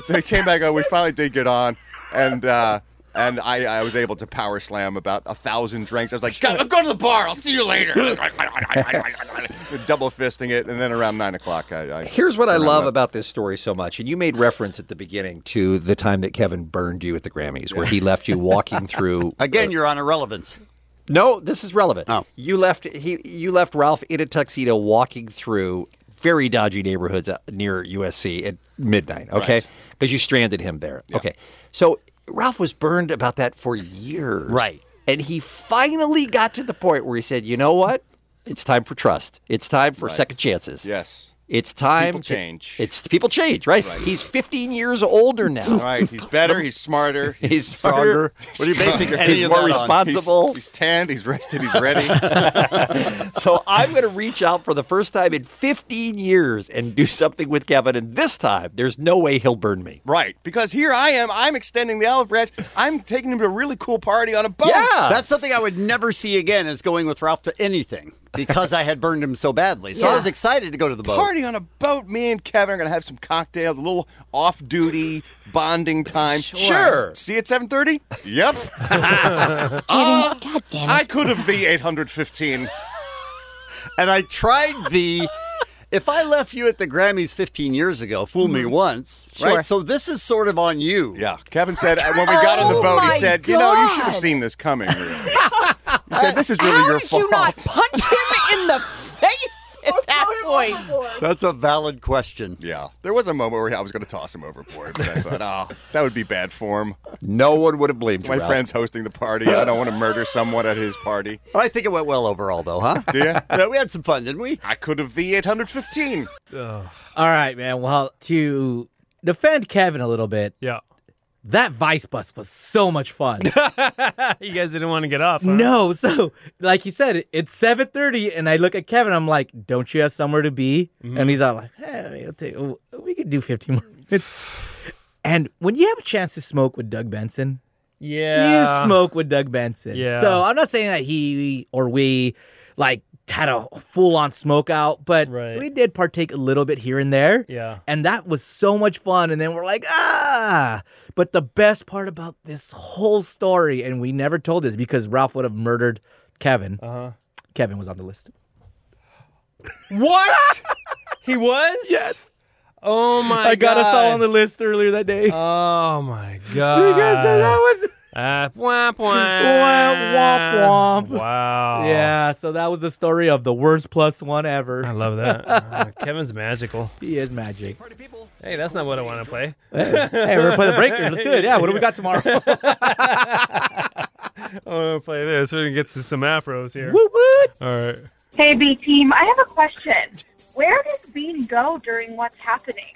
So he came back. on. We finally did get on, and uh, and I, I was able to power slam about a thousand drinks. I was like, go, go to the bar. I'll see you later. Double fisting it, and then around nine o'clock, I, I
Here's what I
rounded
love
up.
about this story so much, and you made reference at the beginning to the time that Kevin burned you at the Grammys, where he left you walking through. uh,
Again, you're on irrelevance.
No, this is relevant.
Oh.
You left he you left Ralph in a tuxedo walking through very dodgy neighborhoods out near USC at midnight, okay?
Right.
Cuz you stranded him there. Okay. So Ralph was burned about that for years.
Right.
And he finally got to the point where he said, "You know what? It's time for trust. It's time for second chances."
Yes.
It's time.
People
to-
change.
it's people change, right? He's 15 years older now.
All right, he's better, he's smarter, he's,
He's smarter.
What are you basing
Stronger.
any
He's
of
more
that on?
he's,
responsible.
he's tanned, he's rested, he's ready.
so I'm going to reach out for the first time in 15 years and do something with Kevin. And this time, there's no way he'll burn me.
right, because here I am, I'm extending the olive branch, I'm taking him to a really cool party on a boat.
Yeah.
Oh, That's something I would never see again is going with Ralph to anything because I had burned him so badly. So I
Yeah.
was excited to go to the boat.
Party on a boat. Me and Kevin are gonna have some cocktails, a little off-duty bonding time. Sure. See you at seven thirty. Yep. Ah,
God damn
I could have the eight hundred fifteen.
And I tried the if I left you at the Grammys 15 years ago, fool
Mm-hmm.
me once, right? So this is sort of on you.
Yeah, Kevin said uh, when we got on the
Oh
boat, he
my
said, "You know, you should have
God.
seen this coming." Really. he said, "This is really
How
your
did
fault."
you not punch him in the face at that point?
That's a valid question.
Yeah, there was a moment where I was going to toss him overboard, but I thought, "Oh, that would be bad form."
No one would have blamed you.
My
Ralph.
friend's hosting the party. I don't want to murder someone at his party.
I think it went well overall though, huh?
Do you?
yeah, we had some fun, didn't we?
I could have the eight hundred fifteen.
Oh.
All right, man. Well, to defend Kevin a little bit,
Yeah.
that Vice bus was so much fun.
You guys didn't want to get off. huh?
no, so like he said, it's seven thirty, and I look at Kevin. I'm like, "Don't you have somewhere to be?"
Mm-hmm.
And he's all like, "Hey, I'll take, we could do fifteen more minutes." And when you have a chance to smoke with Doug Benson,
Yeah.
you smoke with Doug Benson.
Yeah.
So I'm not saying that he or we like had a full on smoke out, but
Right.
we did partake a little bit here and there.
Yeah.
And that was so much fun. And then we're like, ah. But the best part about this whole story, and we never told this because Ralph would have murdered Kevin. Uh-huh. Kevin was on the list.
What? he was? Yes. Oh my
I got us
god.
all on the list earlier that day.
Oh my
you
god.
guys said that was.
Uh, womp womp.
Womp, womp, womp.
Ah, Wow.
Yeah, so that was the story of the worst plus one
I
ever.
love that. Uh, Kevin's magical.
He is magic.
Hey, that's not what I want to play.
Hey, we're playing the breakers. Let's do it. Yeah, what do we got tomorrow?
I want to play this. We're gonna get to some afros here.
Woot woot.
All right.
Hey, B team, I have a question. Where does Bean go during what's happening?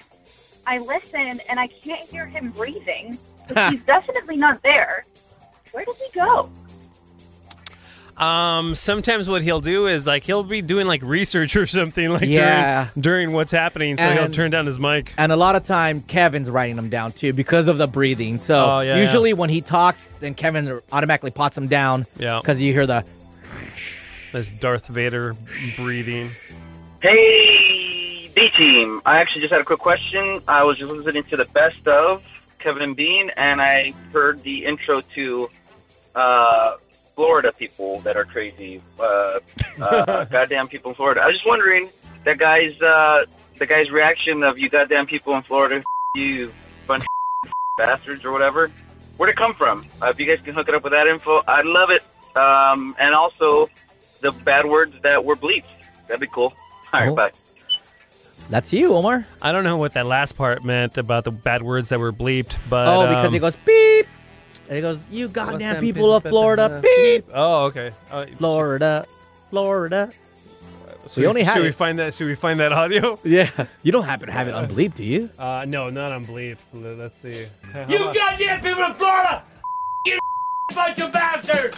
I listen and I can't hear him breathing, but he's definitely not there. Where does he go?
Um, sometimes what he'll do is like he'll be doing like research or something like
Yeah.
during during what's happening, so he'll
And-
turn down his mic.
And a lot of time, Kevin's writing them down too because of the breathing. So
Oh, yeah,
usually when he talks, then Kevin automatically pots him down.
Yeah.
Because you hear the
That's Darth Vader breathing.
Hey, B Team. I actually just had a quick question. I was just listening to the best of Kevin and Bean, and I heard the intro to uh, Florida people that are crazy. Uh, uh, goddamn people in Florida. I was just wondering that guy's uh, the guy's reaction of you goddamn people in Florida, you bunch of bastards or whatever. Where'd it come from? Uh, if you guys can hook it up with that info, I'd love it. Um, and also the bad words that were bleeped. That'd be cool. All right,
Oh.
bye.
that's you, Omar.
I don't know what that last part meant about the bad words that were bleeped, but
oh, because
um,
he goes beep. And he goes, "You goddamn people of Florida, beep,
Oh, okay. Uh,
Florida, Florida."
should
we only have
Should we
it.
find that? Should we find that audio?
Yeah, you don't happen to have it unbelieved, do you?
Uh, no, not on bleep. L- Let's see.
You goddamn people in Florida! You bunch of bastards!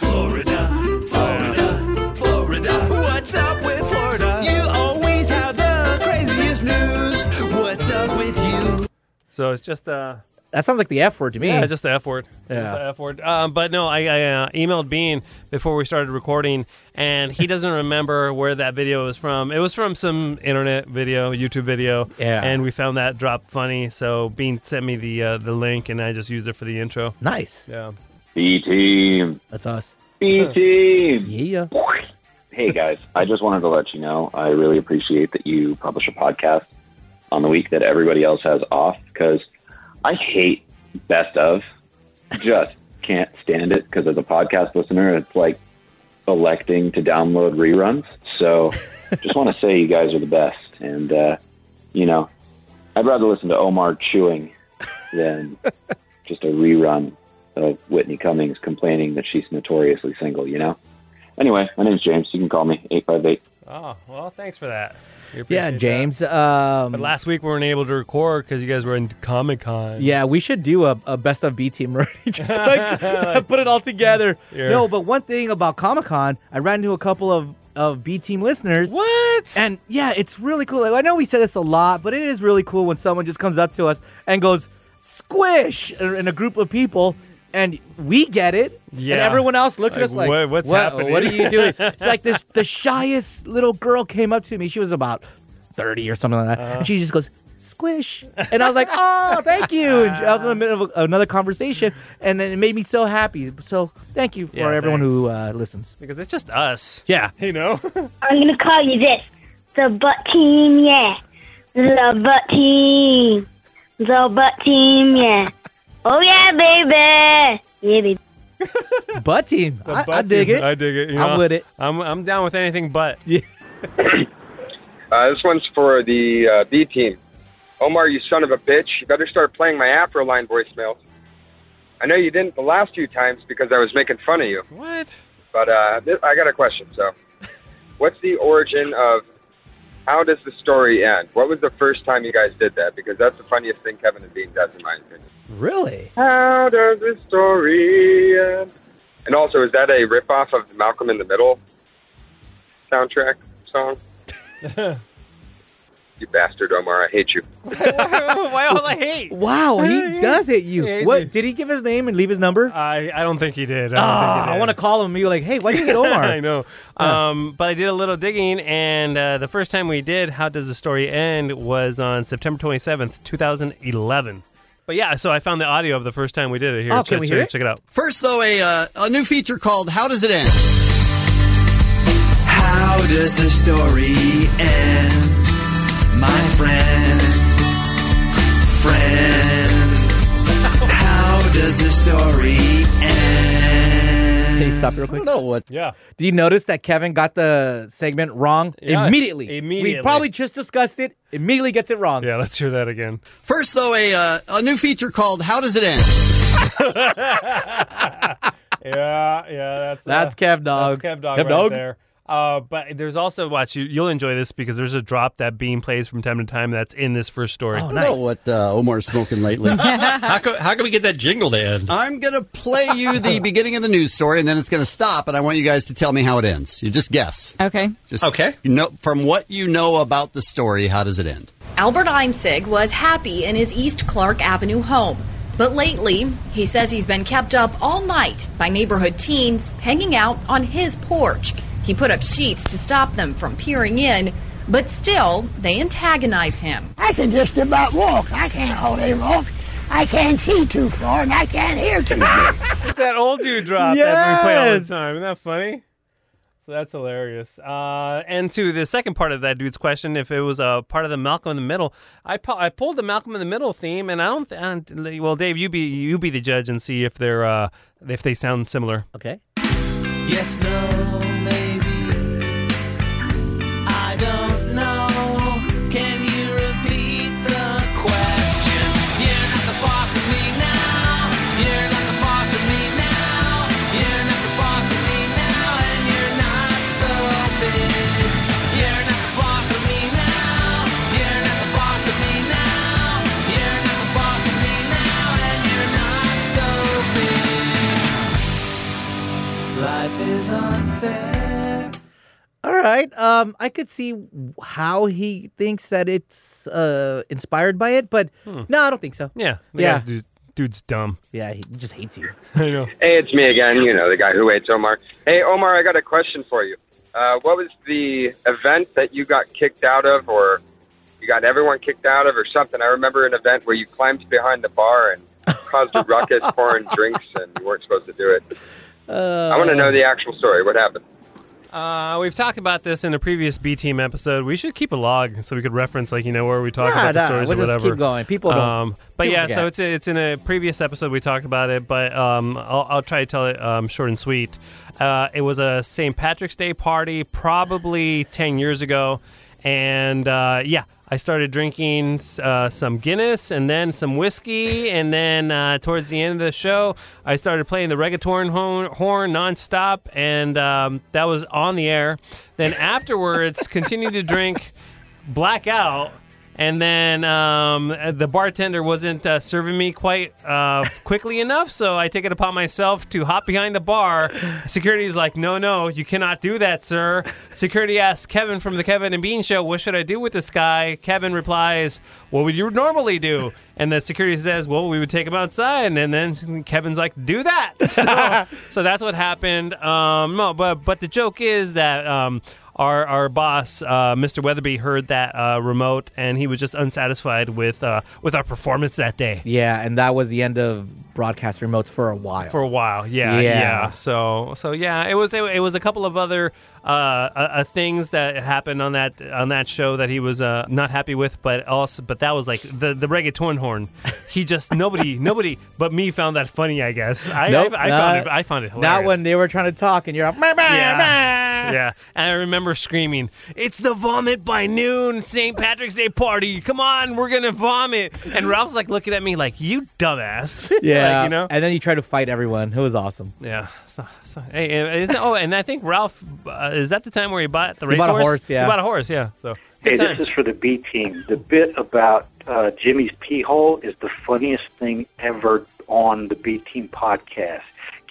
What's up with Florida? You always have the craziest news. What's up with you?
So it's just uh,
That sounds like the F word to me.
yeah, just the F word. Just
Yeah.
the F word. Um, but no, I, I uh, emailed Bean before we started recording, and he doesn't remember where that video was from. It was from some internet video, YouTube video.
Yeah.
And we found that drop funny, so Bean sent me the uh, the link, and I just used it for the intro.
nice.
Yeah.
B Team.
That's us.
B Team.
Yeah.
Hey guys, I just wanted to let you know I really appreciate that you publish a podcast on the week that everybody else has off because I hate best of. Just can't stand it because as a podcast listener, it's like electing to download reruns. So just want to say you guys are the best. And, uh, you know, I'd rather listen to Omar chewing than just a rerun of Whitney Cummings complaining that she's notoriously single, you know? Anyway, my name's James. You can call me 858
Oh well, thanks for that.
yeah, James. Um,
But last week we weren't able to record because you guys were in Comic Con.
Yeah, we should do a, a best of B team already. Just like put it all together.
Yeah.
No, but one thing about Comic Con, I ran into a couple of, of B team listeners.
What?
And yeah, it's really cool. Like, I know we say this a lot, but it is really cool when someone just comes up to us and goes, squish, in in a group of people. And we get it, and
Yeah.
everyone else looks at
Like,
us like,
what- what's
what,
happening?"
What are you doing? it's like this. The shyest little girl came up to me. She was about thirty or something like that,
Uh-huh.
and she just goes, squish. And I was like, oh, thank you. And I was in the middle of a- another conversation, and then it made me so happy. So thank you for
Yeah,
everyone who uh, listens.
Because it's just us.
Yeah.
You know?
I'm gonna call you this. The butt team, yeah. The butt team. The butt team, yeah. Oh yeah, baby. Yeah, baby.
Butt team. I, I
But
dig
you-
it.
I dig it. You
I'm
know?
with it.
I'm, I'm down with anything but.
Uh, this one's for the uh, B team. Omar, you son of a bitch. You better start playing my Afro line voicemails. I know you didn't the last few times because I was making fun of you,
What?
but uh, th- I got a question. So, what's the origin of how does the story end? What was the first time you guys did that? Because that's the funniest thing Kevin and Bean does, in my opinion.
Really?
How does this story end? And also, is that a ripoff of Malcolm in the Middle soundtrack song? you bastard, Omar. I hate you.
Why all I hate?
Wow, he does hit you.
Yeah, he
what
did.
did he give his name and leave his number?
I, I don't think he did. I, don't think
Ah,
he
I
did.
want to call him and be like, hey, why'd you hit Omar?
I know. Um, but I did a little digging, and uh, the first time we did How Does the Story End was on September 27th, 2011. But yeah, so I found the audio of the first time we did it here.
Oh,
check,
can we
check-
hear it?
check it out.
First, though, a, uh, a new feature called How Does It End? How does the story end, my friend? Friend, how does the story end?
Can you stop real quick?
No, what?
Yeah.
Do you notice that Kevin got the segment wrong
Yeah,
immediately?
immediately.
We probably just discussed it. Immediately gets it wrong.
Yeah, let's hear that again.
First, though, a, uh, a new feature called How Does It End?
Yeah, yeah, that's
That's Kev Dog.
That's Kev Dog
Kev
right
Dog?
there. Uh, but there's also watch you. You'll enjoy this because there's a drop that Bean plays from time to time that's in this first story.
Oh,
I don't know
nice.
what uh, Omar's smoking lately.
How can, how can we get that jingle to end?
I'm going to play you the beginning of the news story, and then it's going to stop, and I want you guys to tell me how it ends. You just guess.
Okay.
Just okay. You know, from what you know about the story, how does it end?
Albert Einzig was happy in his East Clark Avenue home. But lately, he says he's been kept up all night by neighborhood teens hanging out on his porch. He put up sheets to stop them from peering in, but still, they antagonize him.
I can just about walk. I can't hold him off. I can't see too far, and I can't hear too far.
It's that old dude drop that we play all the
Yes.
time. Isn't that funny? So that's hilarious. Uh, and to the second part of that dude's question, if it was a part of the Malcolm in the Middle, I pu- I pulled the Malcolm in the Middle theme, and I don't. Th- I don't well, Dave, you be you be the judge and see if they're uh, if they sound similar.
Okay.
Yes, no, maybe. I don't know. Can you repeat the question? You're not the boss of me now. You're not the boss of me now. You're not the boss of me now. And you're not so big. You're not the boss of me now. You're not the boss of me now. You're not the boss of me now. And you're not so big. Life is unfair.
All right. Um, I could see how he thinks that it's uh, inspired by it, but no, I don't think so.
Hmm. Yeah, the
Yeah.
guy's dude, dude's dumb.
Yeah, he just hates you.
I know.
Hey, it's me again. You know, the guy who hates Omar. Hey, Omar, I got a question for you. Uh, what was the event that you got kicked out of, or you got everyone kicked out of, or something? I remember an event where you climbed behind the bar and caused a ruckus, pouring drinks, and you weren't supposed to do it. I want to know the actual story. What happened?
Uh, we've talked about this in a previous B Team episode. We should keep a log so we could reference, like you know, where we talk
Nah,
about the
nah,
stories
we'll
or
just
whatever.
keep going. People don't-
Um, but
people
yeah, so
forget.
it's it's in a previous episode we talked about it, but um, I'll, I'll try to tell it um, short and sweet. Uh, it was a St. Patrick's Day party, probably ten years ago, and uh, yeah. I started drinking uh, some Guinness and then some whiskey, and then uh, towards the end of the show, I started playing the reggaeton horn, horn nonstop, and um, that was on the air. Then afterwards, continued to drink, black out. And then um, the bartender wasn't uh, serving me quite uh, quickly enough, so I take it upon myself to hop behind the bar. Security's like, "No, no, you cannot do that, sir." Security asks Kevin from the Kevin and Bean Show, "What should I do with this guy?" Kevin replies, "What would you normally do?" And the security says, "Well, we would take him outside." And then Kevin's like, "Do that." So, so that's what happened. Um, no, but but the joke is that um, our our boss, uh, Mr. Weatherby, heard that uh, remote, and he was just unsatisfied with uh, with our performance that day.
Yeah, and that was the end of broadcast remotes for a while.
For a while, yeah, yeah.
Yeah.
So, so yeah, it was it, it was a couple of other uh, uh, uh, things that happened on that on that show that he was uh, not happy with, but also, but that was like the the reggaeton horn. He just nobody nobody but me found that funny. I guess I
Nope,
I, I found
not-
it I found it hilarious.
That one they were trying to talk, and you're like, "Bah, bah, bah."
yeah, yeah, and I remember screaming, "It's the vomit by noon, St. Patrick's Day party! Come on, we're gonna vomit!" And Ralph's like looking at me like, "You dumbass!" Like,
yeah.
you know.
and then you try to fight everyone. It was awesome.
Yeah. So, so, hey, and is oh, and I think Ralph uh, is that the time where he bought the
He
racehorse?
bought a horse, yeah.
He bought a horse. Yeah. So
Hey,
good
this
times.
is for the B team. The bit about uh, Jimmy's pee hole is the funniest thing ever on the B team podcast.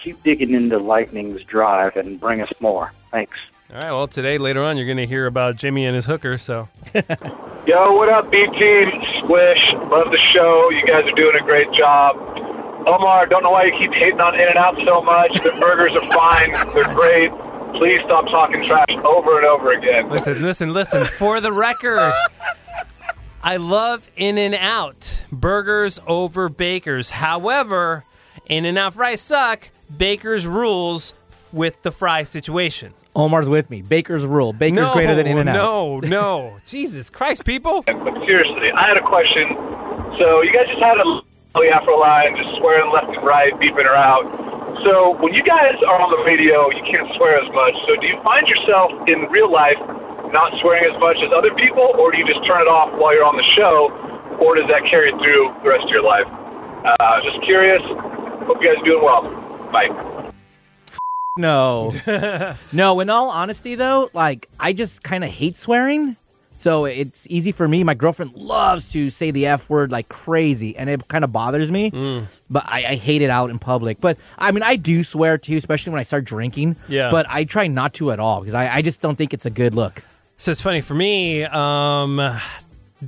Keep digging into Lightning's drive and bring us more. Thanks.
All right. Well, today later on, you're going to hear about Jimmy and his hooker. So
Yo, what up, B Team? Squish, love the show. You guys are doing a great job. Omar, don't know why you keep hating on In and Out so much. The burgers are fine, they're great. Please stop talking trash over and over again.
listen, listen, listen. For the record, I love In and Out burgers over Bakers. However, In and Out fries suck. Bakers rules with the fry situation.
Omar's with me. Baker's rule. Baker's
no,
greater than In and Out.
No, no. Jesus Christ, people.
Seriously, I had a question. So you guys just had a lovely Afro line, just swearing left and right, beeping her out. So when you guys are on the radio, you can't swear as much. So do you find yourself in real life not swearing as much as other people, or do you just turn it off while you're on the show, or does that carry through the rest of your life? Uh, just curious. Hope you guys are doing well. Bye.
No. no, in all honesty though, like I just kind of hate swearing. So it's easy for me. My girlfriend loves to say the F word like crazy, and it kind of bothers me.
Mm.
But I, I hate it out in public. But I mean, I do swear too, especially when I start drinking.
Yeah.
But I try not to at all because I, I just don't think it's a good look.
So it's funny for me. Um,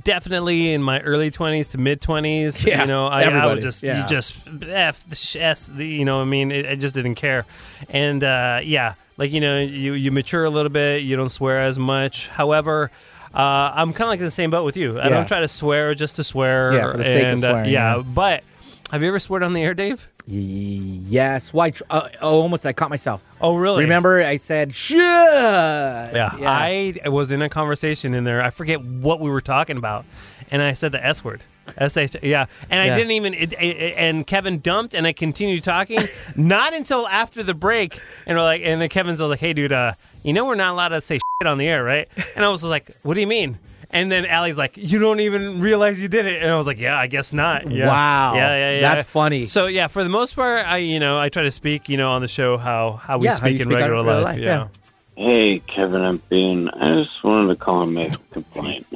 definitely in my early twenties to mid twenties.
Yeah,
you know, I, I
everybody,
would just
yeah.
you just f the sh- s the you know. I mean, it, I just didn't care, and uh, yeah, like you know, you you mature a little bit. You don't swear as much. However. Uh, I'm kind of like in the same boat with you. I
Yeah.
don't try to swear just to swear.
Yeah, for the sake of
and, uh,
swearing,
yeah,
yeah.
but have you ever sweared on the air, Dave?
Yes. Why? Tr- uh, oh, almost I caught myself.
Oh, really?
Remember, I said, shit. Yeah.
Yeah. I was in a conversation in there. I forget what we were talking about, and I said the S word. S H. Yeah, and
Yeah.
I didn't even. It, it- it- and Kevin dumped, and I continued talking. not until after the break, and we're like, and then Kevin's like, "Hey, dude, uh, you know we're not allowed to say shit on the air, right?" And I was like, "What do you mean?" And then Allie's like, "You don't even realize you did it," and I was like, "Yeah, I guess not." Yeah.
Wow.
Yeah, yeah, yeah.
That's funny.
So yeah, for the most part, I you know I try to speak you know on the show how how we
Yeah, how
speak
you
in
speak on
regular
regular
life.
life,
yeah.
yeah.
Hey, Kevin and Bean. I just wanted to call and make a complaint.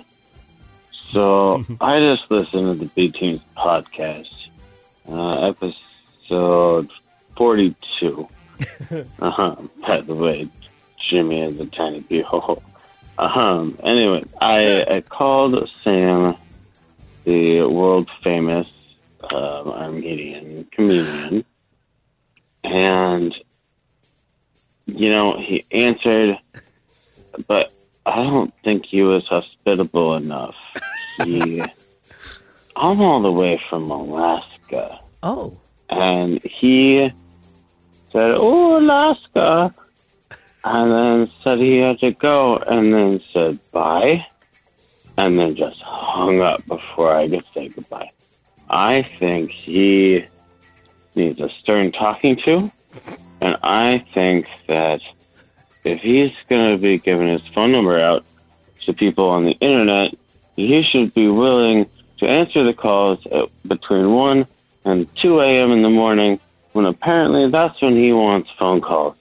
So, I just listened to the B Team's podcast, uh, episode 42. uh-huh. By the way, Jimmy is a tiny beehole. Um, anyway, I, I called Sam, the world famous um, Armenian comedian, and you know, he answered, but I don't think he was hospitable enough. He, I'm all the way from Alaska.
Oh.
And he said, Oh, Alaska. And then said he had to go, and then said bye, and then just hung up before I could say goodbye. I think he needs a stern talking to. And I think that if he's going to be giving his phone number out to people on the internet, he should be willing to answer the calls at between 1 and 2 a.m. in the morning when apparently that's when he wants phone calls.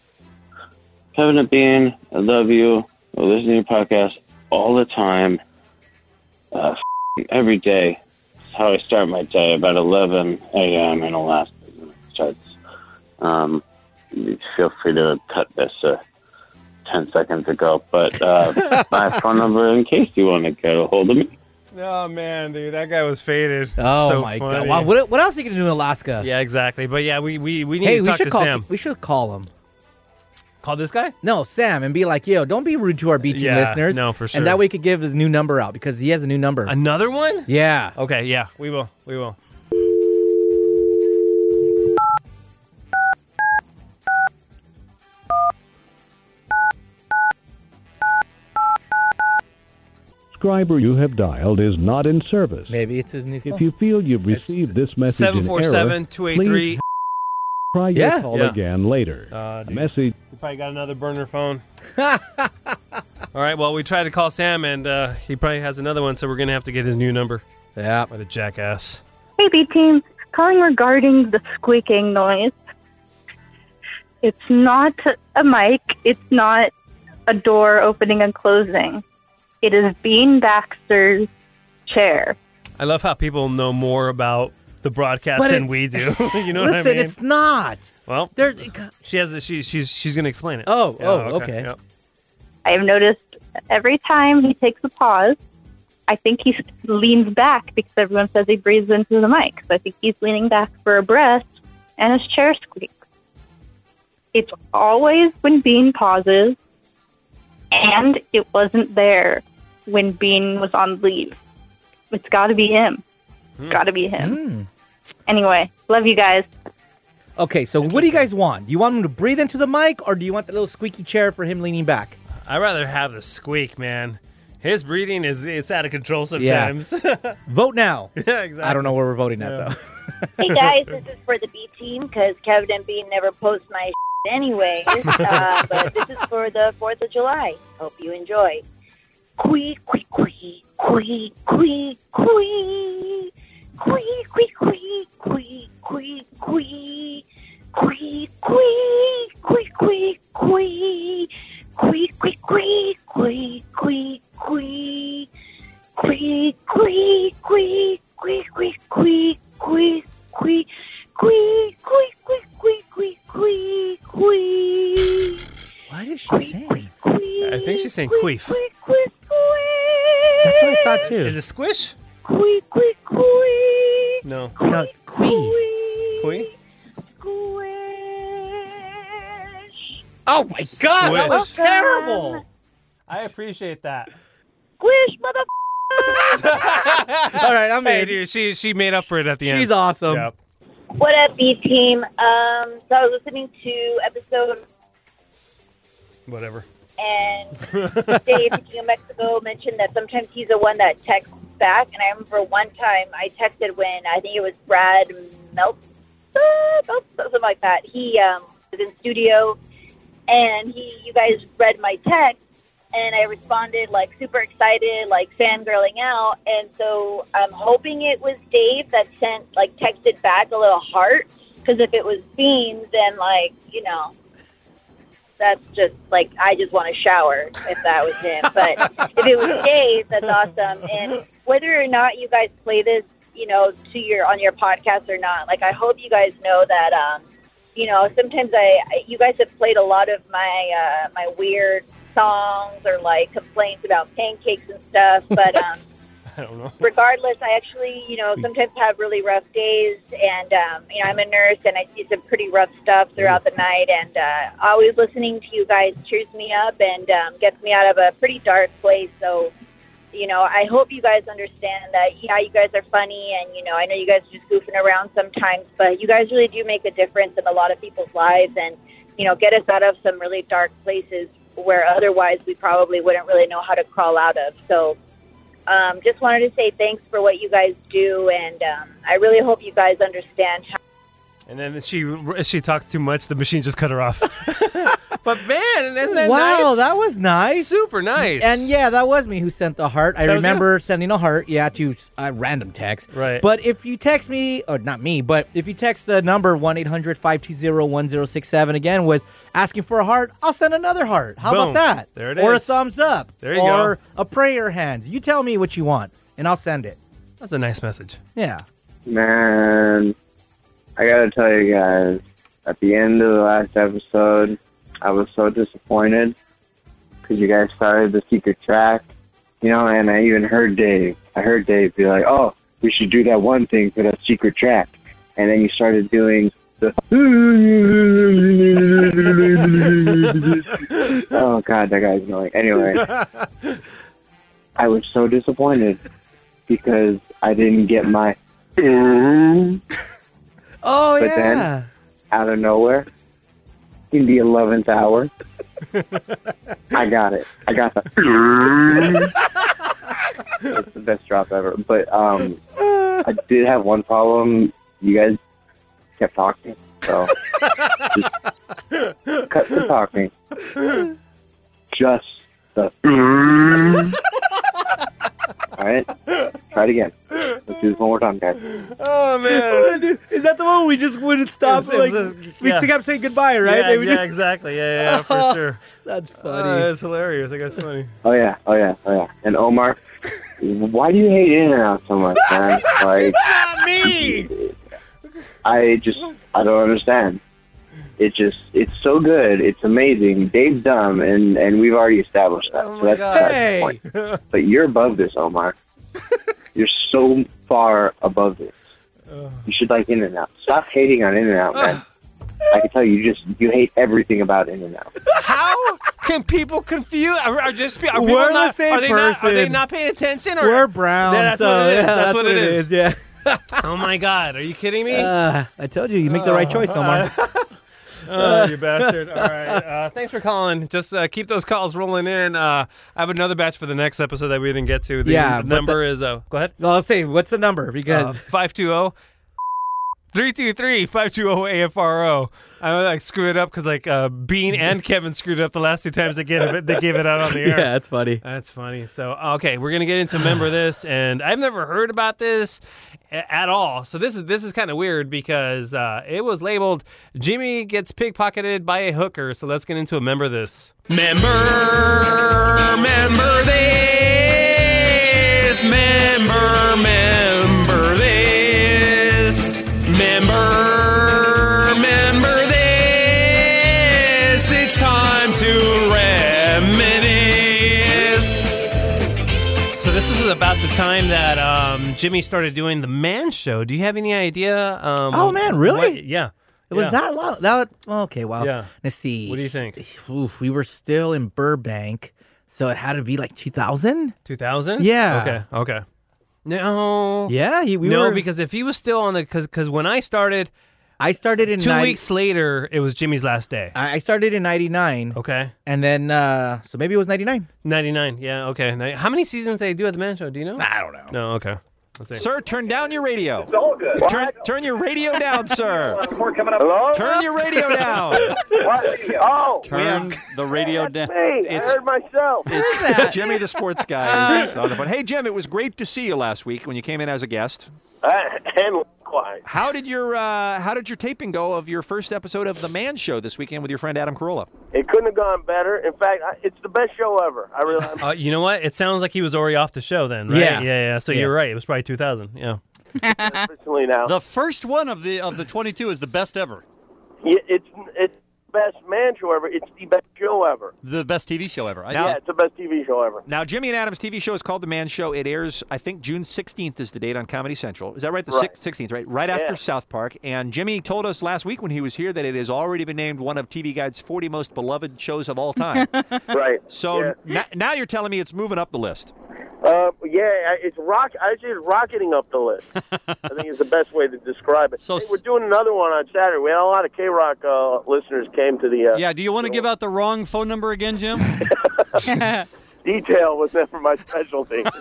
Kevin and Bean, I love you. I listen to your podcast all the time. uh, every day. It's how I start my day about 11 a.m. in Alaska. It starts. Um, you feel free to cut this uh, 10 seconds ago, but uh, my phone number in case you want to get a hold of me.
Oh man, dude, that guy was faded.
Oh
So
my god!
funny.
Wow, what, what else are you gonna do in Alaska?
Yeah, exactly. But yeah, we we, we need
hey,
to
we
talk
should
to
call.
Sam.
We should call him.
Call this guy?
No, Sam, and be like, "Yo, don't be rude to our BT
Yeah,
listeners."
no, for sure.
And that way, he could give his new number out because he has a new number.
Another one?
Yeah.
Okay, yeah, we will. We will.
subscriber you have dialed is not in service.
Maybe it's his new.
If you feel you've received this message in error,
747-283.
please try
Yeah.
your call
Yeah.
again later.
Uh,
A message
You probably got another burner phone. All right. Well, we tried to call Sam, and uh, he probably has another one, so we're gonna have to get his new number.
Yeah.
What a jackass.
Hey, B team. Calling regarding the squeaking noise. It's not a mic. It's not a door opening and closing. It is Bean Baxter's chair.
I love how people know more about the broadcast
But it's-
than we do. you know
Listen,
what I mean?
it's not.
Well,
there's
she has a, she she's she's gonna explain it.
Oh,
Yeah,
oh, okay.
yeah.
I have noticed every time he takes a pause, I think he leans back because everyone says he breathes into the mic. So I think he's leaning back for a breath and his chair squeaks. It's always when Bean pauses, and it wasn't there when Bean was on leave. It's got to be him. It's Got to be him. Anyway, love you guys.
Okay, so what do you guys want? Do you want him to breathe into the mic, or do you want the little squeaky chair for him leaning back?
I'd rather have the squeak, man. His breathing is it's out of control sometimes. Yeah,
Vote now.
yeah exactly.
I don't know where we're voting at though.
Hey guys, this is for the B team because Kevin and Bean never post my shit anyway. Uh, but this is for the Fourth of July. Hope you enjoy. Quee quee quee quee quee quee quee quee quee quee quee quee quee quee quee quee quee quee quee quee quee quee quee quee quee quee quee quee quee quee quee quee quee quee quee quee quee quee
Why did she saying?
I think she's saying queef.
That's what I thought too.
Is it squish?
Quee quee quee
No.
No, quee.
Quee?
Oh my god, that was terrible.
I appreciate that.
Squish, mother.
All right, I'm
hey,
in.
dude. She she made up for it at the end.
She's awesome.
Yep.
What up, B team? Um, so I was listening to episode
Whatever.
and Dave from New Mexico mentioned that sometimes he's the one that texts back. And I remember one time I texted when I think it was Brad Meltz, something like that. He um, was in studio, and he you guys read my text, and I responded like super excited, like fangirling out. And so I'm hoping it was Dave that sent like texted back a little heart. Because if it was Beans, then like you know, that's just like I just want to shower if that was him. But if it was Dave, that's awesome. And whether or not you guys play this, you know, to your on your podcast or not, like I hope you guys know that um, you know, sometimes I, I you guys have played a lot of my uh, my weird songs or like complaints about pancakes and stuff, but um
I don't know.
regardless, I actually, you know, sometimes have really rough days, and um, you know, I'm a nurse, and I see some pretty rough stuff throughout the night, and uh, always listening to you guys cheers me up and um, gets me out of a pretty dark place. So, you know, I hope you guys understand that. Yeah, you guys are funny, and you know, I know you guys are just goofing around sometimes, but you guys really do make a difference in a lot of people's lives, and you know, get us out of some really dark places where otherwise we probably wouldn't really know how to crawl out of. So. Um, just wanted to say thanks for what you guys do, and um, I really hope you guys understand how.
And then she she talked too much. The machine just cut her off. but man, isn't that
wow,
nice?
that was nice.
Super nice.
And yeah, that was me who sent the heart. I
That was
remember sending a heart, yeah, to uh, random text.
Right.
But if you text me, or not me, but if you text the number 1 800 520 1067 again with asking for a heart, I'll send another heart. How
Boom.
about that?
There it
Or a
is.
thumbs up.
There you
or a prayer hands. You tell me what you want. and I'll send it.
That's a nice message.
Yeah.
Man, I gotta tell you guys, at the end of the last episode, I was so disappointed because you guys started the secret track, you know, and I even heard Dave. I heard Dave be like, oh, we should do that one thing for that secret track. And then you started doing the. oh, God, that guy's annoying. Anyway, I was so disappointed because I didn't get my.
Oh
but then, out of nowhere, in the eleventh hour, I got it. I got the. it's the best drop ever. But um, I did have one problem. You guys kept talking, so just cut the talking. Just the. All right, try it again. Let's do this one more time, guys.
Oh man, is that the one we just wouldn't stop?
It was- it was
like,
just-
we
yeah.
kept saying goodbye, right?
Yeah,
They would
yeah,
just-
exactly. Yeah, yeah, yeah, for sure.
That's funny.
Oh, that's hilarious. I think that's funny.
Oh yeah, oh yeah, oh yeah. And Omar, why do you hate In and Out so much, man? Like
me.
I just I don't understand. It just it's so good, it's amazing. Dave's dumb and and we've already established that.
Oh
so that's, that's the point. But you're above this, Omar. you're so far above this. You should like In and Out. Stop hating on In and Out, man. I can tell you just you hate everything about In and Out.
How can people confuse? Are, are just are people
We're the
not,
same
are they not are they
person.
not paying attention? Or
We're brown.
Yeah, that's
so,
what it is.
yeah, Yeah.
that's, what, it is. oh my God! Are you kidding me?
Uh, I told you, you make the right choice,
Uh,
Omar.
Oh, you bastard. All right. Uh, thanks for calling. Just uh, keep those calls rolling in. Uh, I have another batch for the next episode that we didn't get to. The
Yeah, but
number
the-
is, uh, go ahead. Uh,
Well, I'll say, what's the number? Because
520 323 520 AFRO. I would, like screw it up because like uh, Bean and Kevin screwed up the last two times they gave it, they gave it out on the air.
Yeah, that's funny.
That's funny. So okay, we're gonna get into member this, and I've never heard about this a- at all. So this is this is kind of weird because uh, it was labeled Jimmy gets pickpocketed by a hooker. So let's get into a member this.
Member, member this. Member, member this. Member, member this. It's time to reminisce.
So this is about the time that um, Jimmy started doing the Man Show. Do you have any idea? Um,
Oh, man, really?
what- yeah.
it was
Yeah.
that long. That okay. Wow.
Yeah.
Let's see.
What do you think?
Oof, we were still in Burbank, so it had to be like 2000.
2000?
Yeah.
Okay. Okay. No.
Yeah, he- we
no,
were-
because if he was still on the because because when I started,
I started in
two
90
weeks later. It was Jimmy's last day.
I I started in '99.
Okay.
And then, uh, so maybe it was '99.
Ninety nine. Yeah. Okay. Ni- How many seasons they do at the Man Show? Do you know? I don't know. No. Okay. Let's see.
Sir, turn down your radio. It's
all good.
Turn, turn your radio down, sir.
More coming up. Hello?
Turn your radio down.
Oh,
Turn the radio down.
hey, I
It's,
heard myself.
it's Jimmy the sports guy. is on the phone. Hey, Jim, it was great to see you last week when you came in as a guest.
and likewise.
How did your uh, How did your taping go of your first episode of The Man Show this weekend with your friend Adam Carolla?
It couldn't have gone better. In fact, I, it's the best show ever. I really.
Uh, you know what? It sounds like he was already off the show then, right?
Yeah.
Yeah. Yeah. So
Yeah.
you're right. It was probably two thousand. Yeah.
Personally now.
The first one of the of the 22 is the best ever.
Yeah, it's it's the best man show ever. It's the best show ever.
The best TV show ever. I
yeah,
see.
it's the best TV show ever.
Now, Jimmy and Adam's TV show is called The Man Show. It airs, I think, June 16th is the date on Comedy Central. Is that right? The
Right.
6th 16th, right? Right
Yeah.
after South Park. And Jimmy told us last week when he was here that it has already been named one of TV Guide's 40 most beloved shows of all time.
right.
So na- now you're telling me it's moving up the list.
Uh, yeah, I- it's rock. Actually, it's rocketing up the list. I think it's the best way to describe it. Hey, we're doing another one on Saturday. We had a lot of K Rock uh, listeners came to the. Uh,
Yeah, do you want to give out the wrong phone number again, Jim?
detail was never my specialty.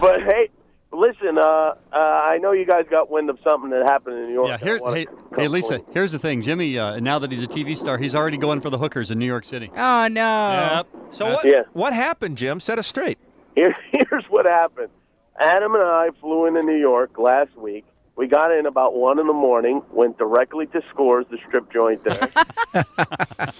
but hey, listen, uh, uh, I know you guys got wind of something that happened in New York.
Yeah,
I
here,
wanna-
hey, hey, Lisa, here's the thing. Jimmy, uh, now that he's a TV star, he's already going for the hookers in New York City.
Oh no.
Yep.
So what,
Uh, Yeah.
what happened, Jim? Set us straight.
Here, here's what happened. Adam and I flew into New York last week. We got in about one in the morning, went directly to Scores, the strip joint there.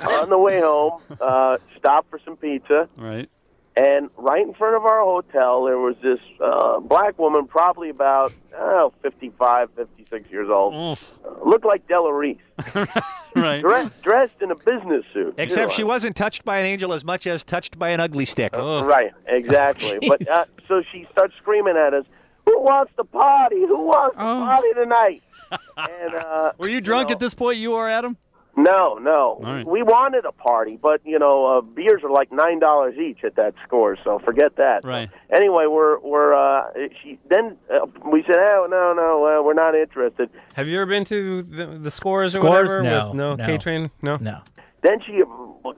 On the way home, uh, stopped for some pizza.
Right.
And right in front of our hotel, there was this uh, black woman, probably about oh, 55, 56 years old. Uh, looked like Della Reese.
Right.
Dressed, dressed in a business suit.
Except
too.
she wasn't touched by an angel as much as touched by an ugly stick.
Uh, Right, exactly. but uh, so she starts screaming at us, "Who wants to party? Who wants to
Oh.
party tonight?" And uh,
Were you drunk at this point? You are, Adam.
No, no.
All right.
We wanted a party, but you know, uh, beers are like nine dollars each at that score, so forget that.
Right.
Anyway, we're we're uh, she then uh, we said, "Oh no, no, uh, we're not interested."
Have you ever been to the, the scores,
Scores?
or whatever?
No,
With no,
no.
K train. No,
no.
Then she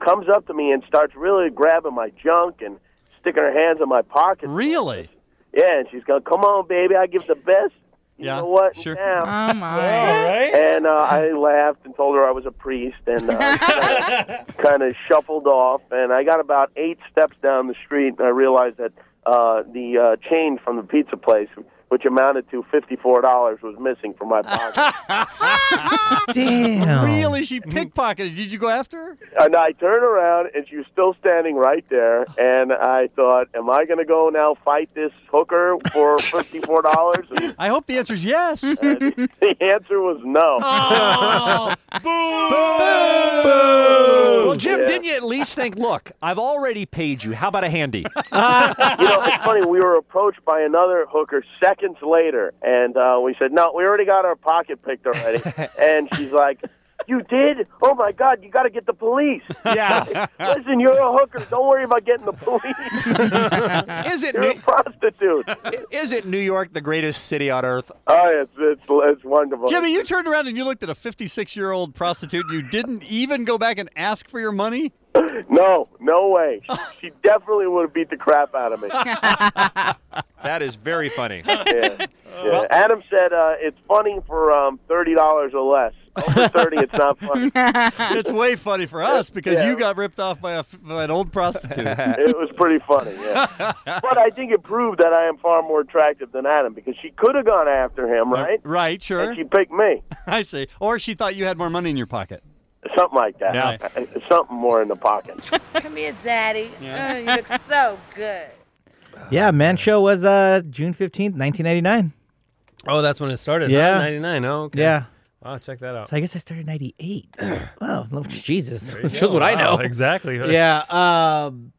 comes up to me and starts really grabbing my junk and sticking her hands in my pockets. Really? Yeah, and she's going, "Come on, baby, I give the best." You know what? Sure. Oh my! And uh, I laughed and told her I was a priest, and uh, kind of shuffled off. And I got about eight steps down the street, and I realized that uh, the uh, change from the pizza place, which amounted to fifty-four dollars, was missing from my pocket.
Damn.
Really? She pickpocketed. Did you go after her?
And I turned around, and she was still standing right there. And I thought, am I going to go now fight this hooker for fifty-four dollars?
I hope the answer is yes.
the answer was no.
Well, Jim,
Yeah.
didn't you at least think, look, I've already paid you. How about a handy?
you know, it's funny. We were approached by another hooker seconds later, and uh, we said, "No, we already got our pocket picked already." and she's like, "You did? Oh my God! You got to get the police."
Yeah.
Listen, you're a hooker. Don't worry about getting the police.
Is it
You're a prostitute?
Is it New York the greatest city on earth?
Oh, it's, it's, it's wonderful.
Jimmy, you turned around and you looked at a 56 year old prostitute and you didn't even go back and ask for your money?
No, no way. She definitely would have beat the crap out of me.
That is very funny.
Yeah. Yeah. Adam said uh, it's funny for um, thirty dollars or less. Over thirty, it's not funny.
it's way funny for us because you got ripped off by, a, f- by an old prostitute.
it was pretty funny, yeah. but I think it proved that I am far more attractive than Adam because she could have gone after him, right?
Uh, Right, sure.
And she picked me,
I see. Or she thought you had more money in your pocket.
something like that, something more in the pocket.
Come here, Daddy. Oh, you look so good.
Yeah, Man Show was uh, June 15th, 1999.
Oh, that's when it started.
Yeah.
ninety nine. Oh, okay.
Yeah.
Wow, check that out.
So I guess I started 98. wow, no, oh, Jesus.
There you
Shows
go.
what I know.
Wow, exactly.
Yeah. Um,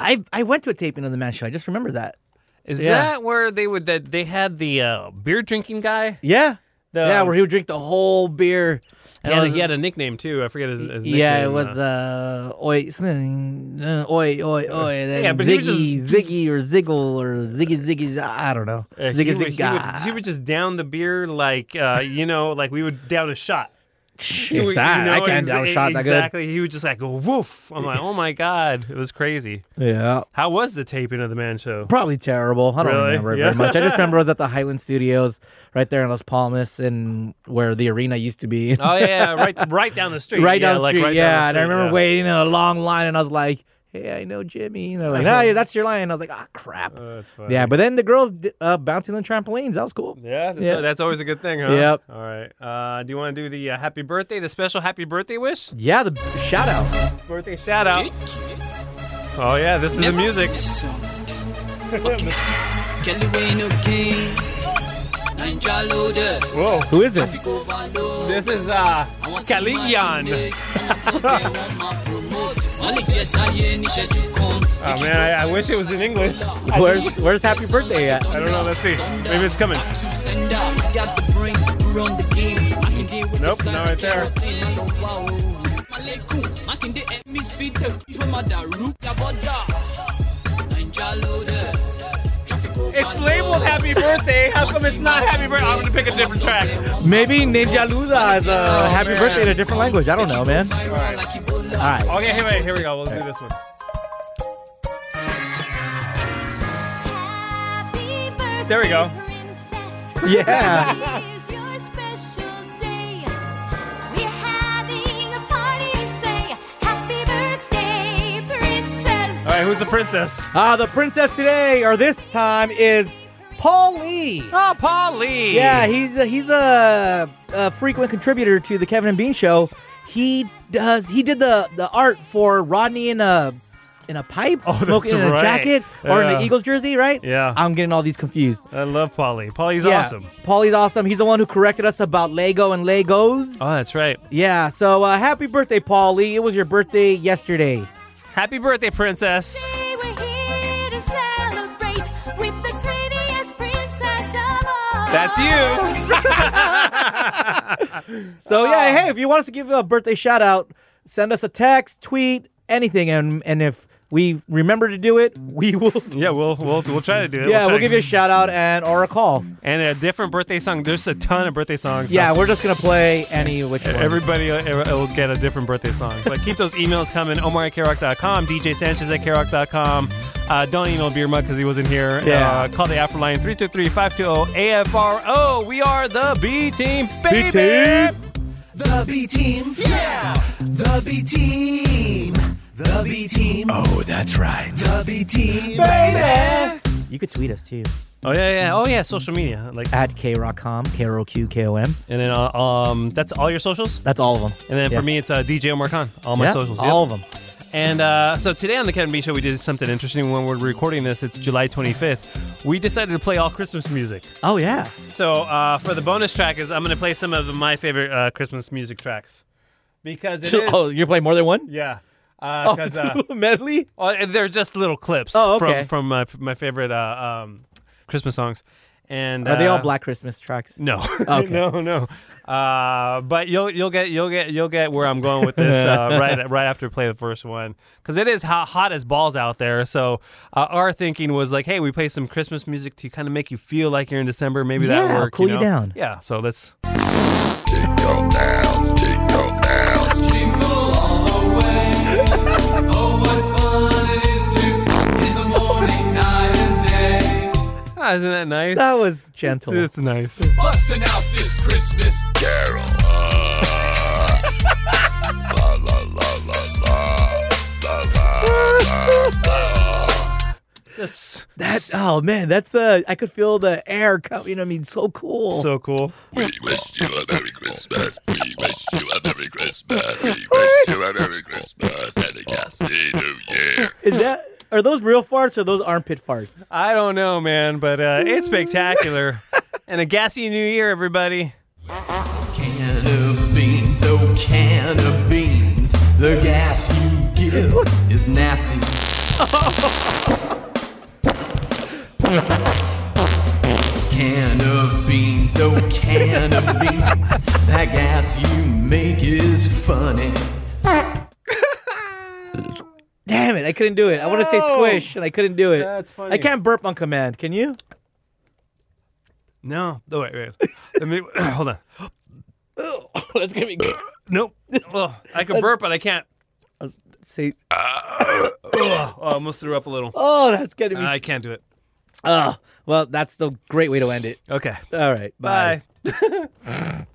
I I went to a taping of the Man Show. I just remember that.
Is
Yeah.
that where they would that they had the uh, beer drinking guy?
Yeah.
The- um,
yeah, where he would drink the whole beer.
He
And I
had, a,
was-
he had a nickname too. I forget his, his nickname.
yeah, it was uh, oi something, uh, oi oi oi. and Then
Yeah, but he
Ziggy
was just-
Ziggy or Ziggle or Ziggy Ziggy. I don't know.
Uh, he,
Ziggy
would, he, would,
Ziggy.
he would just down the beer like uh, you know, like we would down a shot. He
if
would-
that, I can't
ex-
down a shot that good.
Exactly. He would just like go woof. I'm like, oh my god, it was crazy.
Yeah.
How was the taping of the Man Show?
Probably terrible. I don't
Really?
remember it
Yeah.
very much. I just remember it was at the Highland Studios right there in Las Palmas and where the arena used to be.
Oh yeah, right, right down the street.
right
yeah,
down the
like
street.
right down
yeah,
the
and I
street,
remember
yeah.
waiting in a long line, and I was like, "Hey, I know Jimmy." And they're like, "No, yeah, that's your line." And I was like, "Ah, crap."
Oh, that's funny.
yeah, but then the girls d- uh, bouncing on trampolines. That was cool.
Yeah, that's, that's always a good thing, huh?
Yep.
All right. Uh, do you want to do the uh, happy birthday, the special happy birthday wish?
Yeah, the the shout out.
Birthday shout out. Oh yeah, this is the music. Whoa,
who is this?
This is uh, Kaliyan. Oh man, I, I wish it was in English.
Where's Where's Happy Birthday at?
I don't know. Let's see. Maybe it's coming. Nope, not right there. It's labeled Happy Birthday. How come it's not Happy Birthday? I'm gonna pick a different track.
Maybe Ninja Luda is a
Oh,
Happy
man.
Birthday in a different language. I don't know, man.
All right.
All right.
Okay, here, wait, here we go. We'll do this one. There we go.
Yeah.
All right, who's the princess?
Ah, the princess today or this time is Paul Lee.
Oh, Paul Lee.
Yeah, he's a, he's a, a frequent contributor to the Kevin and Bean show. He does he did the the art for Rodney and uh in a pipe,
Oh,
smoking
that's
in a
right.
jacket, or in
Yeah.
an Eagles jersey, right?
Yeah.
I'm getting all these confused.
I love Polly. Polly's
Yeah,
awesome.
Paulie's awesome. He's the one who corrected us about Lego and Legos.
Oh, that's right.
Yeah. So uh, happy birthday, Paulie. It was your birthday yesterday.
Happy birthday, princess. That's you.
So yeah, hey, if you want us to give you a birthday shout out, send us a text, tweet, anything, and and if we remember to do it, we will.
Yeah, we'll we'll we'll try to do it.
Yeah,
try
we'll
to-
give you a shout out and or a call.
and a different birthday song. There's a ton of birthday songs. so
Yeah, we're just gonna play any which one.
E- Everybody will will get a different birthday song. But keep those emails coming. Omar at KRock.com, DJ Sanchez at KRock.com. Uh, don't email Beer Mug because he wasn't here.
Yeah.
Uh, call the after line 323 520 AFRO. We are the B Team, baby.
The B team, yeah. The B team, the B team. Oh, that's right. The B team, baby.
You could tweet us too.
Oh, yeah, yeah. Oh, yeah. Social media. Like,
At krockcom, K R O Q K O M.
And then uh, um, that's all your socials?
That's all of them.
And then
Yeah.
for me, it's uh, DJ Omar Khan. All my
Yeah,
socials.
all of 'em.
And uh, so today on the Kevin Bean Show, we did something interesting when we're recording this. It's July 25th. We decided to play all Christmas music.
Oh yeah.
So uh, for the bonus track is I'm going to play some of my favorite uh, Christmas music tracks because it is.
oh, you're playing more than one?
Yeah.
Oh,
Uh, 'cause, uh,
medley.
Oh, and they're just little clips.
Oh, okay.
From from my, my favorite uh, um, Christmas songs. And
Are they all
uh,
Black Christmas tracks?
No,
Okay.
no, no. Uh, but you'll you'll get you'll get you'll get where I'm going with this uh, right right after we play the first one because it is hot, hot as balls out there. So uh, our thinking was like, hey, we play some Christmas music to kind of make you feel like you're in December. Maybe that
Yeah,
work
cool you
know?
down.
Yeah. So let's. Ah, isn't that nice?
That was gentle.
It's, it's nice.
Busting out this Christmas carol. la la la la la la la la.
Just
that. Oh man, that's uh, I could feel the air coming. You know, what I mean, so cool.
So cool.
We wish you a Merry Christmas. We wish you a Merry Christmas. We wish you a Merry Christmas and a Cassie New Year.
Is that are those real farts or those armpit farts?
I don't know, man, but uh, it's spectacular and a gassy new year, everybody.
Can of beans, oh can of beans. The gas you give is nasty. can of beans, oh can of beans. That gas you make is funny.
Damn it, I couldn't do it. I want to say
No.
squish and I couldn't do it.
That's funny.
I can't burp on command. Can you?
No, no, wait, wait. Let me hold on.
That's gonna be.
Nope. Oh, I can burp, but I can't.
Say.
Oh, I almost threw up a little.
Oh, that's gonna be.
I can't do it.
Oh, well, that's the great way to end it.
Okay.
All right. Bye.
Bye.